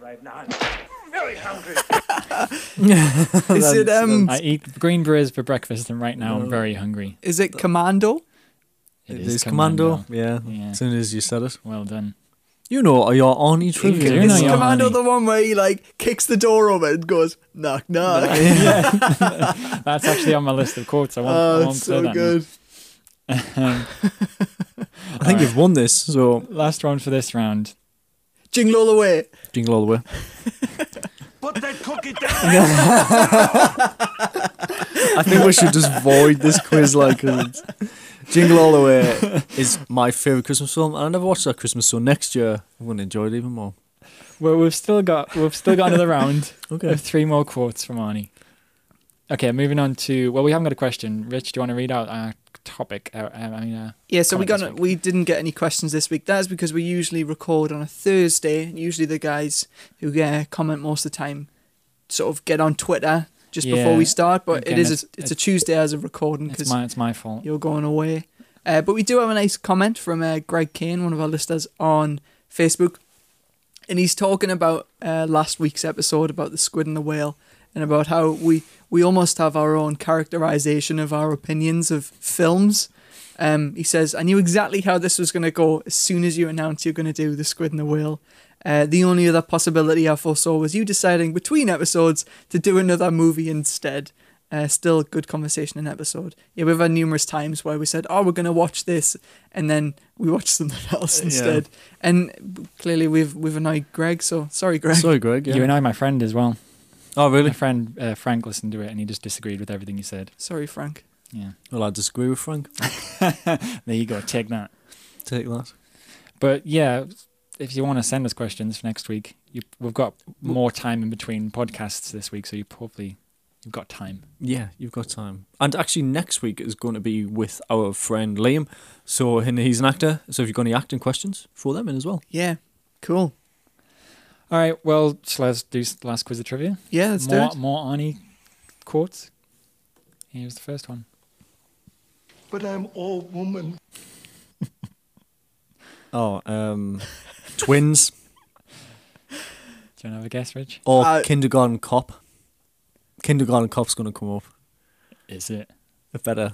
Speaker 2: Is it um? Uh,
Speaker 3: I eat green berets for breakfast, and right now I'm very hungry.
Speaker 2: Is it Commando?
Speaker 1: it is Commando. Yeah.
Speaker 3: Yeah.
Speaker 1: As soon as you said it,
Speaker 3: Well done.
Speaker 1: you know your Arnie trivia.
Speaker 3: do You know
Speaker 2: Is
Speaker 3: your
Speaker 2: Commando
Speaker 3: Arnie.
Speaker 2: the one where he like kicks the door open and goes knock knock?
Speaker 3: That's actually on my list of quotes. I won't. I
Speaker 2: oh,
Speaker 3: won't
Speaker 2: it's
Speaker 3: play
Speaker 2: so
Speaker 3: that now.
Speaker 2: good.
Speaker 1: I think you've won this. So
Speaker 3: Last round for this round.
Speaker 2: Jingle all the way.
Speaker 1: Jingle all the way.
Speaker 4: Put that cookie down!
Speaker 1: I think we should just void this quiz like 'cause it's- Jingle All the Way is my favourite Christmas film, and I never watched that Christmas, so next year I'm gonna enjoy it even more.
Speaker 3: Well, we've still got we've still got another round
Speaker 1: Okay.
Speaker 3: of three more quotes from Arnie. Okay, moving on to well, we haven't got a question. Rich, do you want to read out our topic? Uh, um, I mean, uh,
Speaker 2: Yeah, so we
Speaker 3: comment
Speaker 2: got
Speaker 3: this
Speaker 2: no-
Speaker 3: week?
Speaker 2: we didn't get any questions this week. That's because we usually record on a Thursday. and Usually the guys who uh, comment most of the time sort of get on Twitter just before
Speaker 3: Yeah,
Speaker 2: we start. But
Speaker 3: again,
Speaker 2: it is
Speaker 3: it's-
Speaker 2: a, it's a Tuesday as of recording
Speaker 3: it's
Speaker 2: because
Speaker 3: my it's my fault.
Speaker 2: you're going away. Uh, but we do have a nice comment from uh, Greg Kane, one of our listeners on Facebook, and he's talking about uh, last week's episode about the squid and the whale, and about how we we almost have our own characterization of our opinions of films. Um, he says, "I knew exactly how this was going to go as soon as you announced you're going to do the squid and the whale." Uh, the only other possibility I foresaw was you deciding between episodes to do another movie instead. Uh, still good conversation and episode. Yeah, we've had numerous times where we said, "Oh, we're going to watch this," and then we watch something else instead. And clearly, we've we've annoyed Greg. So sorry, Greg.
Speaker 1: Sorry, Greg.
Speaker 3: You
Speaker 1: Yeah.
Speaker 3: and I, my friend, as well.
Speaker 1: Oh,
Speaker 3: My
Speaker 1: really?
Speaker 3: friend uh, Frank listened to it and he just disagreed with everything you said.
Speaker 2: sorry, Frank.
Speaker 3: Yeah,
Speaker 1: Well, I disagree with Frank.
Speaker 3: there you go. Take that.
Speaker 1: Take that.
Speaker 3: But yeah, if you want to send us questions for next week, you, we've got more time in between podcasts this week, so you probably you've got time.
Speaker 1: Yeah, you've got time. And actually, next week is going to be with our friend Liam. So, and he's an actor. So, if you've got any acting questions, throw them in as well.
Speaker 2: Yeah, cool.
Speaker 3: All right. Well, shall I do s- last quiz of trivia?
Speaker 2: Yeah, let's
Speaker 3: more,
Speaker 2: do it.
Speaker 3: more Arnie quotes. Here's the first one.
Speaker 4: But I'm all woman.
Speaker 1: Oh, um, twins
Speaker 3: Do you want to have a guess, Rich?
Speaker 1: or
Speaker 2: Uh,
Speaker 1: kindergarten cop. Kindergarten cop's going to come up.
Speaker 3: Is it?
Speaker 1: A better.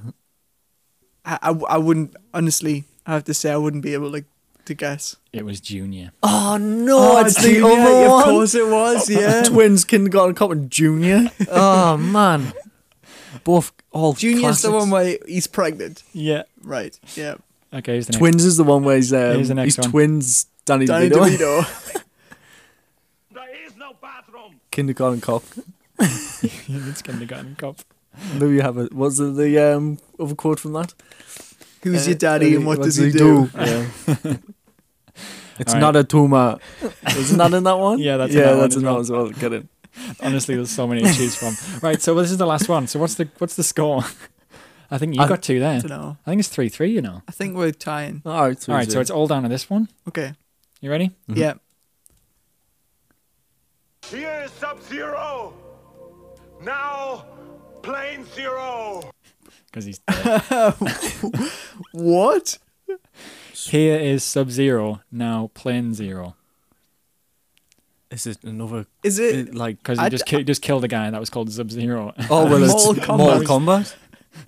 Speaker 2: I, I, I wouldn't honestly. I have to say, I wouldn't be able to to guess.
Speaker 3: It was Junior.
Speaker 1: Oh no! it's
Speaker 2: Junior,
Speaker 1: the other
Speaker 2: Of
Speaker 1: one.
Speaker 2: course, it was. Yeah.
Speaker 1: Twins, kindergarten cop, and junior. Oh man, both all
Speaker 2: Junior's the
Speaker 1: classics.
Speaker 2: one where he's pregnant.
Speaker 3: Yeah.
Speaker 2: Right. Yeah.
Speaker 3: Okay, here's the next
Speaker 1: Twins is the one where he's um,
Speaker 3: Here's the next
Speaker 1: he's
Speaker 3: one.
Speaker 1: twins. Danny,
Speaker 2: Danny
Speaker 1: DeVito.
Speaker 2: DeVito.
Speaker 4: There is no bathroom!
Speaker 1: kindergarten cop.
Speaker 3: it's kindergarten cop.
Speaker 1: There you have it. What's the, the um, other quote from that?
Speaker 2: Who's
Speaker 1: Uh,
Speaker 2: your daddy and what, does he, do?
Speaker 1: Yeah. it's
Speaker 3: All right.
Speaker 1: not a tumor. Isn't that in that one?
Speaker 3: Yeah, that's in
Speaker 1: yeah,
Speaker 3: that one
Speaker 1: that's
Speaker 3: as
Speaker 1: in that
Speaker 3: well.
Speaker 1: one as well. Get it.
Speaker 3: Honestly, there's so many to choose from. Right, so this is the last one. So what's the what's the score? I think you
Speaker 1: I-
Speaker 3: got two there. I,
Speaker 2: I don't know.
Speaker 3: think it's three three. You know.
Speaker 2: I think we're tying.
Speaker 1: All right.
Speaker 3: All right, so it's all down to this one.
Speaker 2: Okay.
Speaker 3: You ready?
Speaker 2: Yeah.
Speaker 4: Here is Sub Zero. Now, Plane Zero.
Speaker 3: because he's
Speaker 2: What?
Speaker 3: here is Sub Zero now Plane Zero
Speaker 1: Is it another?
Speaker 2: Is it?
Speaker 1: like?
Speaker 3: because
Speaker 2: I
Speaker 3: he
Speaker 2: d-
Speaker 3: just ki- just killed a guy that was called Sub Zero.
Speaker 1: Oh well, it's
Speaker 2: Mortal
Speaker 1: Mortal Kombat.
Speaker 2: Kombat.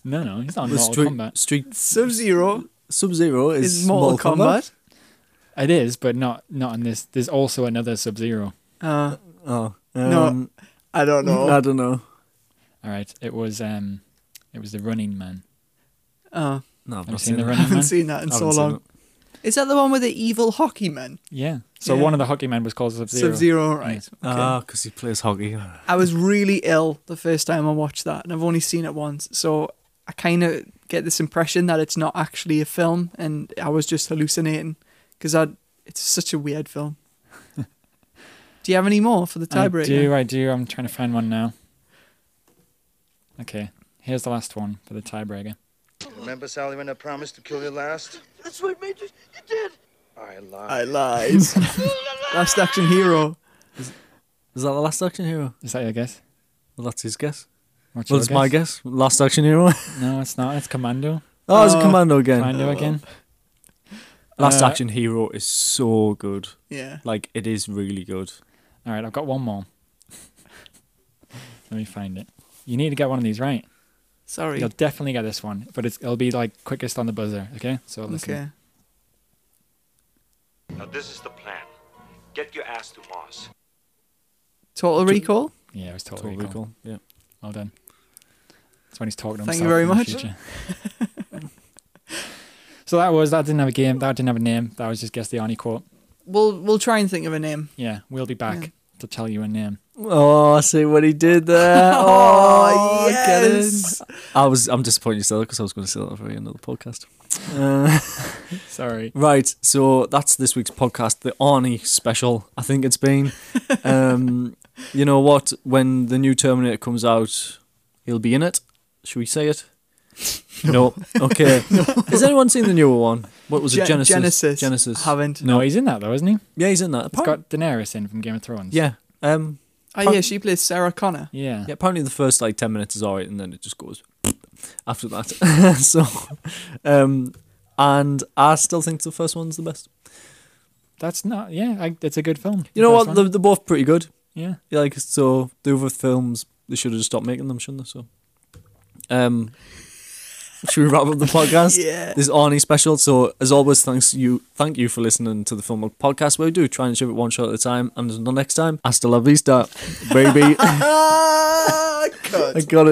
Speaker 3: no, no, he's not in
Speaker 1: The
Speaker 3: Mortal
Speaker 1: Street
Speaker 3: Kombat.
Speaker 1: Street
Speaker 2: Sub Zero
Speaker 1: Sub Zero is,
Speaker 2: is Mortal Kombat.
Speaker 3: It is, but not not in this. There's also another Sub Zero.
Speaker 2: Uh,
Speaker 1: Oh
Speaker 2: No,
Speaker 1: um,
Speaker 2: I don't know.
Speaker 1: I don't know.
Speaker 3: All right, it was um, it was the Running Man.
Speaker 2: uh,
Speaker 1: No, I've
Speaker 3: Have you
Speaker 1: not
Speaker 3: seen
Speaker 1: seen
Speaker 3: the
Speaker 1: it.
Speaker 2: I
Speaker 3: Running Man?
Speaker 2: haven't seen that in
Speaker 1: I
Speaker 2: so
Speaker 1: haven't seen
Speaker 2: long. Is that the one with the evil hockey men?
Speaker 3: Yeah. So
Speaker 2: Yeah.
Speaker 3: one of the hockey men was called Sub Zero.
Speaker 2: Sub Zero, right? Okay.
Speaker 1: Ah, because he plays hockey.
Speaker 2: I was really ill the first time I watched that, and I've only seen it once, so I kind of get this impression that it's not actually a film, and I was just hallucinating because I. It's such a weird film. do you have any more for the
Speaker 3: I do,
Speaker 2: tiebreaker?
Speaker 3: I do. I'm trying to find one now. Okay, here's the last one for the tiebreaker.
Speaker 7: Remember, Sally, when I promised to kill you last? That's what made you. You did. I lied.
Speaker 2: I lies. Last action hero.
Speaker 1: Is that the last action hero?
Speaker 3: Is that your guess?
Speaker 1: Well, that's his guess.
Speaker 3: What's
Speaker 1: well,
Speaker 3: your
Speaker 1: it's my guess. Last action hero.
Speaker 3: No, it's not. It's Commando.
Speaker 1: oh, it's
Speaker 2: Oh.
Speaker 1: Commando again.
Speaker 3: Commando again.
Speaker 1: Last
Speaker 3: Uh,
Speaker 1: action hero is so good.
Speaker 2: Yeah.
Speaker 1: Like it is really good.
Speaker 3: All right, I've got one more. Let me find it. You need to get one of these right.
Speaker 2: Sorry.
Speaker 3: You'll definitely get this one, but it's, it'll be like quickest on the buzzer. Okay, so listen.
Speaker 2: Okay.
Speaker 4: Now, this is the plan. Get your ass to Mars.
Speaker 2: Total Recall.
Speaker 3: Yeah, it was totally,
Speaker 1: Totally
Speaker 3: cool.
Speaker 1: cool. Yeah.
Speaker 3: Well done. That's when he's talking to
Speaker 2: Thank
Speaker 3: himself.
Speaker 2: you very
Speaker 3: in the
Speaker 2: much.
Speaker 3: future. so that was that didn't have a game. That didn't have a name. That was just guess the Arnie quote.
Speaker 2: We'll we'll try and think of a name.
Speaker 3: Yeah, we'll be back
Speaker 2: Yeah.
Speaker 3: to tell you a name.
Speaker 1: Oh, I see what he did there. oh, get it.
Speaker 2: yes.
Speaker 1: I was. I'm disappointed you said that because I was going to say that for the end of the podcast. Uh,
Speaker 3: Sorry.
Speaker 1: Right, so that's this week's podcast, the Arnie special. I think it's been. Um, you know what? When the new Terminator comes out, he'll be in it. Should we say it? No. Okay. Has anyone seen the newer one? What was it?
Speaker 2: Gen-
Speaker 1: Genesis.
Speaker 2: Genesis.
Speaker 1: Genesis.
Speaker 2: Haven't.
Speaker 3: No, he's in that though, isn't he?
Speaker 1: Yeah, he's in that.
Speaker 3: It's
Speaker 1: Appar-
Speaker 3: got Daenerys in from Game of Thrones.
Speaker 1: yeah. Um.
Speaker 2: Oh yeah, she plays Sarah Connor.
Speaker 3: Yeah.
Speaker 1: Yeah. Apparently, the first like ten minutes is alright, and then it just goes after that. so, um, and I still think the first one's the best.
Speaker 3: That's not. Yeah, I, it's a good film.
Speaker 1: You know
Speaker 3: First
Speaker 1: what? They're,
Speaker 3: one.
Speaker 1: they're both pretty good.
Speaker 3: yeah.
Speaker 1: Yeah, like so the other films they should have just stopped making them shouldn't they so um should we wrap up the podcast
Speaker 2: Yeah.
Speaker 1: this is arnie special so as always thanks you thank you for listening to the film Milk podcast where we do try and shove it one shot at a time and until next time hasta la vista baby i
Speaker 2: Ah, cut.
Speaker 1: got it